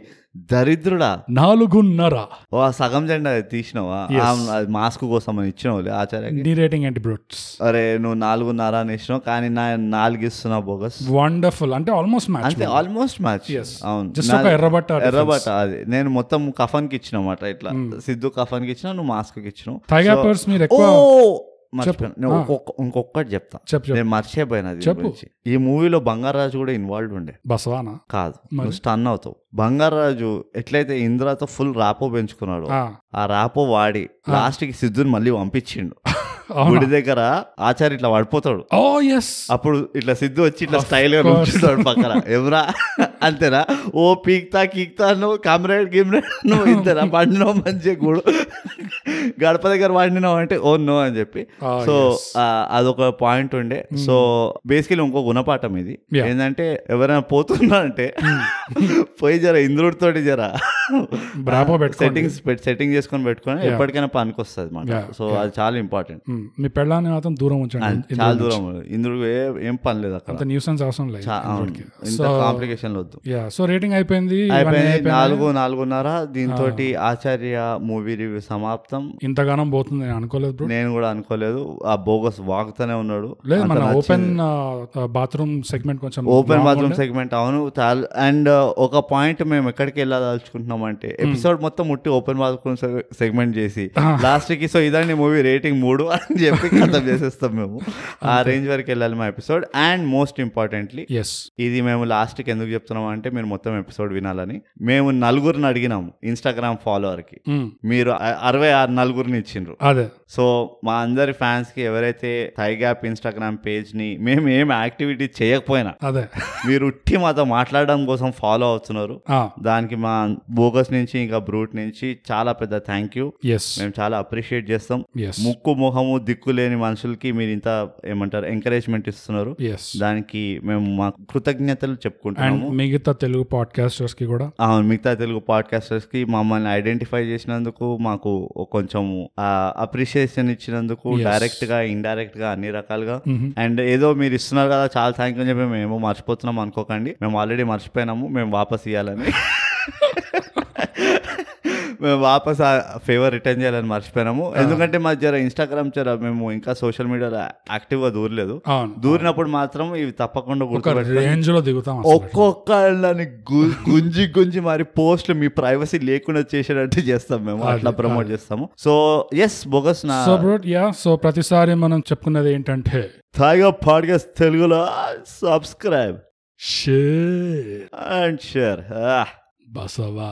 Speaker 1: దరిద్రుడా
Speaker 2: నాలుగున్నర
Speaker 1: ఓ ఆ సగం జెండా అది తీసినావా ఆ, అది మాస్క్ కోసం అని ఇచ్చినావు ఆచార్యకి
Speaker 2: నీ రేటింగ్ ఏంటి బ్రోట్స్
Speaker 1: అరే నువ్వు నాలుగున్నర అని ఇచ్చినావు కానీ నా నాలుగు ఇస్తున్నా బోగస్
Speaker 2: వండర్ఫుల్ అంటే ఆల్మోస్ట్ మ్యాచ్
Speaker 1: అంతే ఆల్మోస్ట్ మ్యాచ్ అవును
Speaker 2: జస్ట్
Speaker 1: నా-
Speaker 2: ఒక ఎర్రబట్ట Hmm.
Speaker 1: ఎర్రబట్ట అది నేను మొత్తం కఫన్ కి ఇచ్చినమాట ఇట్లా సిద్ధు కఫన్ కి ఇచ్చిన నువ్వు మాస్క్ కి ఇచ్చినావు
Speaker 2: థైగాపర్స్ మీరు
Speaker 1: ఓ
Speaker 2: ఎక్కువ
Speaker 1: మర్చిపోయాను నేను ఒక్కొక్క- ఇంకొకటి చెప్తా
Speaker 2: చెప్పు చెప్పు
Speaker 1: నేను మర్చిపోయినా దీని గురించి ఈ మూవీలో బంగారాజు కూడా ఇన్వాల్వ్ ఉండే
Speaker 2: బసవానా
Speaker 1: కాదు నువ్వు స్టన్ అవుతావు బంగారాజు ఎట్లయితే ఇంద్రతో ఫుల్ రాపో పెంచుకున్నాడు
Speaker 2: ఆ,
Speaker 1: ఆ రాపో వాడి లాస్ట్ కి సిద్ధుని మళ్ళీ పంపించిండు
Speaker 2: అవునా? Oh,
Speaker 1: గుడి దగ్గర ఆచార్య ఇట్లా పడిపోతాడు
Speaker 2: ఓ ఎస్
Speaker 1: అప్పుడు ఇట్లా సిద్ధు వచ్చి ఇట్లా స్టైల్ గా నుంచుతాడు పక్కన ఎవరా అంతేనా ఓ పీక్తా కీక్తా నువ్వు కామ్రేడ్ గిమ్రేడ్ నువ్వు ఇంతేనా పండినావు మంచిగా గుడు గడప దగ్గర పండినావు అంటే ఓ నో అని చెప్పి
Speaker 2: Ah,
Speaker 1: సో
Speaker 2: yes. Hmm.
Speaker 1: అదొక పాయింట్ ఉండే సో బేసికలీ ఇంకో గుణపాఠం ఇది
Speaker 2: Yeah. Hmm.
Speaker 1: ఏంటంటే ఎవరైనా పోతున్నారంటే పోయి జర ఇంద్రుడితోటి జర
Speaker 2: బ్రాబో పెట్టుకోండి
Speaker 1: సెట్టింగ్స్ సెట్టింగ్ చేసుకొని పెట్టుకొని ఎప్పటికైనా పనికి వస్తుంది మాట సో అది చాలా ఇంపార్టెంట్
Speaker 2: ఉమ్, మీ పెళ్ళాన్ని మాత్రం దూరం ఉంచండి
Speaker 1: చాలా దూరం ఇంద్రుడు ఏ- ఏం పని లేదు అక్కడ
Speaker 2: అంత న్యూసెన్స్ అవసరం లేదు
Speaker 1: అవును. ఇంత కాంప్లికేషన్లు వద్దు మాట్లాడొద్దు
Speaker 2: యా సో రేటింగ్ అయిపోయింది ఇవన్నీ
Speaker 1: అయిపోయింది
Speaker 2: అయిపోయినాయి.
Speaker 1: నాలుగు నాలుగున్నర దీంతో ఆచార్య మూవీ రివ్యూ సమాప్తం
Speaker 2: ఇంతగానం పోతుంది నేను అనుకోలేదు బ్రో
Speaker 1: నేను కూడా అనుకోలేదు ఆ బోగస్ వాగుతూనే ఉన్నాడు
Speaker 2: లేదు మన
Speaker 1: అంత నచ్చింది.
Speaker 2: ఓపెన్ బాత్రూమ్ సెగ్మెంట్ కొంచెం
Speaker 1: ఓపెన్
Speaker 2: long
Speaker 1: బాత్రూమ్
Speaker 2: ఉండే.
Speaker 1: సెగ్మెంట్ అవును అండ్ ఒక పాయింట్ మేము ఎక్కడికి వెళ్ళాలనుకుంటున్నాం అంటే ఎపిసోడ్ మొత్తం ముట్టి ఓపెన్ బాత్రూమ్ సెగ్మెంట్ చేసి లాస్ట్ కి సో ఇదండి మూవీ రేటింగ్ మూడు అని చెప్పి అర్థం చేసేస్తాం మేము ఆ రేంజ్ వరకు వెళ్ళాలి మా episode and most importantly
Speaker 2: yes
Speaker 1: ఇది మేము లాస్ట్కి ఎందుకు చెప్తున్నాం అంటే మీరు మొత్తం ఎపిసోడ్ వినాలని మేము నలుగురిని అడిగినాము ఇన్స్టాగ్రామ్ ఫాలోవర్కి
Speaker 2: మ్,
Speaker 1: మీరు అ- అరవై ఆరు నలుగురిని ఇచ్చిండ్రు
Speaker 2: అదే
Speaker 1: సో మా అందరి ఫ్యాన్స్ కి ఎవరైతే థై గ్యాప్ ఇన్స్టాగ్రామ్ పేజ్ ని మేము ఏం యాక్టివిటీ చేయకపోయినా
Speaker 2: అదే
Speaker 1: మీరు ఉట్టి మాతో మాట్లాడడం కోసం ఫాలో అవుతున్నారు
Speaker 2: ఆ
Speaker 1: దానికి మా బోగస్ నుంచి ఇంకా బ్రూట్ నుంచి చాలా పెద్ద థ్యాంక్ యూ
Speaker 2: ఎస్
Speaker 1: మేము చాలా అప్రిషియేట్ చేస్తాం
Speaker 2: ఎస్
Speaker 1: ముక్కు మొహము దిక్కు లేని మనుషులకి మీరు ఇంత ఏమంటారు ఎంకరేజ్మెంట్ ఇస్తున్నారు
Speaker 2: ఎస్
Speaker 1: దానికి మేము మా కృతజ్ఞతలు
Speaker 2: అండ్
Speaker 1: చెప్పుకుంటున్నాము
Speaker 2: మిగతా తెలుగు పాడ్కాస్టర్స్ కి కూడా
Speaker 1: అవును మిగతా తెలుగు పాడ్కాస్టర్స్ కి మమ్మల్ని ఐడెంటిఫై చేసినందుకు మాకు కొంచెం అప్రిషియేషన్ ఇచ్చినందుకు
Speaker 2: Yes.
Speaker 1: డైరెక్ట్ గా ఇండైరెక్ట్ గా అన్ని రకాలుగా
Speaker 2: మ్హూ.
Speaker 1: అండ్ ఏదో మీరు ఇస్తున్నారు కదా చాలా థ్యాంక్ యూ అని చెప్పి మేము మర్చిపోతున్నాం అనుకోకండి మేము ఆల్రెడీ మర్చిపోయినాము మేము వాపస్ ఇవ్వాలని మేము వాపస్ ఆ ఫేవర్ రిటర్న్ చేయాలని మర్చిపోయినాము ఎందుకంటే మా జర ఇన్స్టాగ్రామ్ జర మేము ఇంకా సోషల్ మీడియాలో యాక్టివ్గా దూరలేదు
Speaker 2: అవును
Speaker 1: దూరినప్పుడు మాత్రం ఇవి తప్పకుండా
Speaker 2: ఒక
Speaker 1: గుర్తుపెట్టు
Speaker 2: రేంజ్ లో దిగుతాం అసలు.
Speaker 1: ఒక్కొక్కళ్ళని గు- గుంజి గుంజి మరి పోస్ట్లు మీ ప్రైవసీ లేకుండా చేసేటట్టు చేస్తాం మేము అట్లా ప్రమోట్ చేస్తాము సో ఎస్ బొగస్ నా
Speaker 2: సో బ్రో యా సో ప్రతిసారి మనం చెప్పుకున్నది ఏంటంటే
Speaker 1: థాయిగా పాడ్కాస్ట్ తెలుగులో సబ్స్క్రైబ్
Speaker 2: షే
Speaker 1: అండ్ షేర్
Speaker 2: బసవా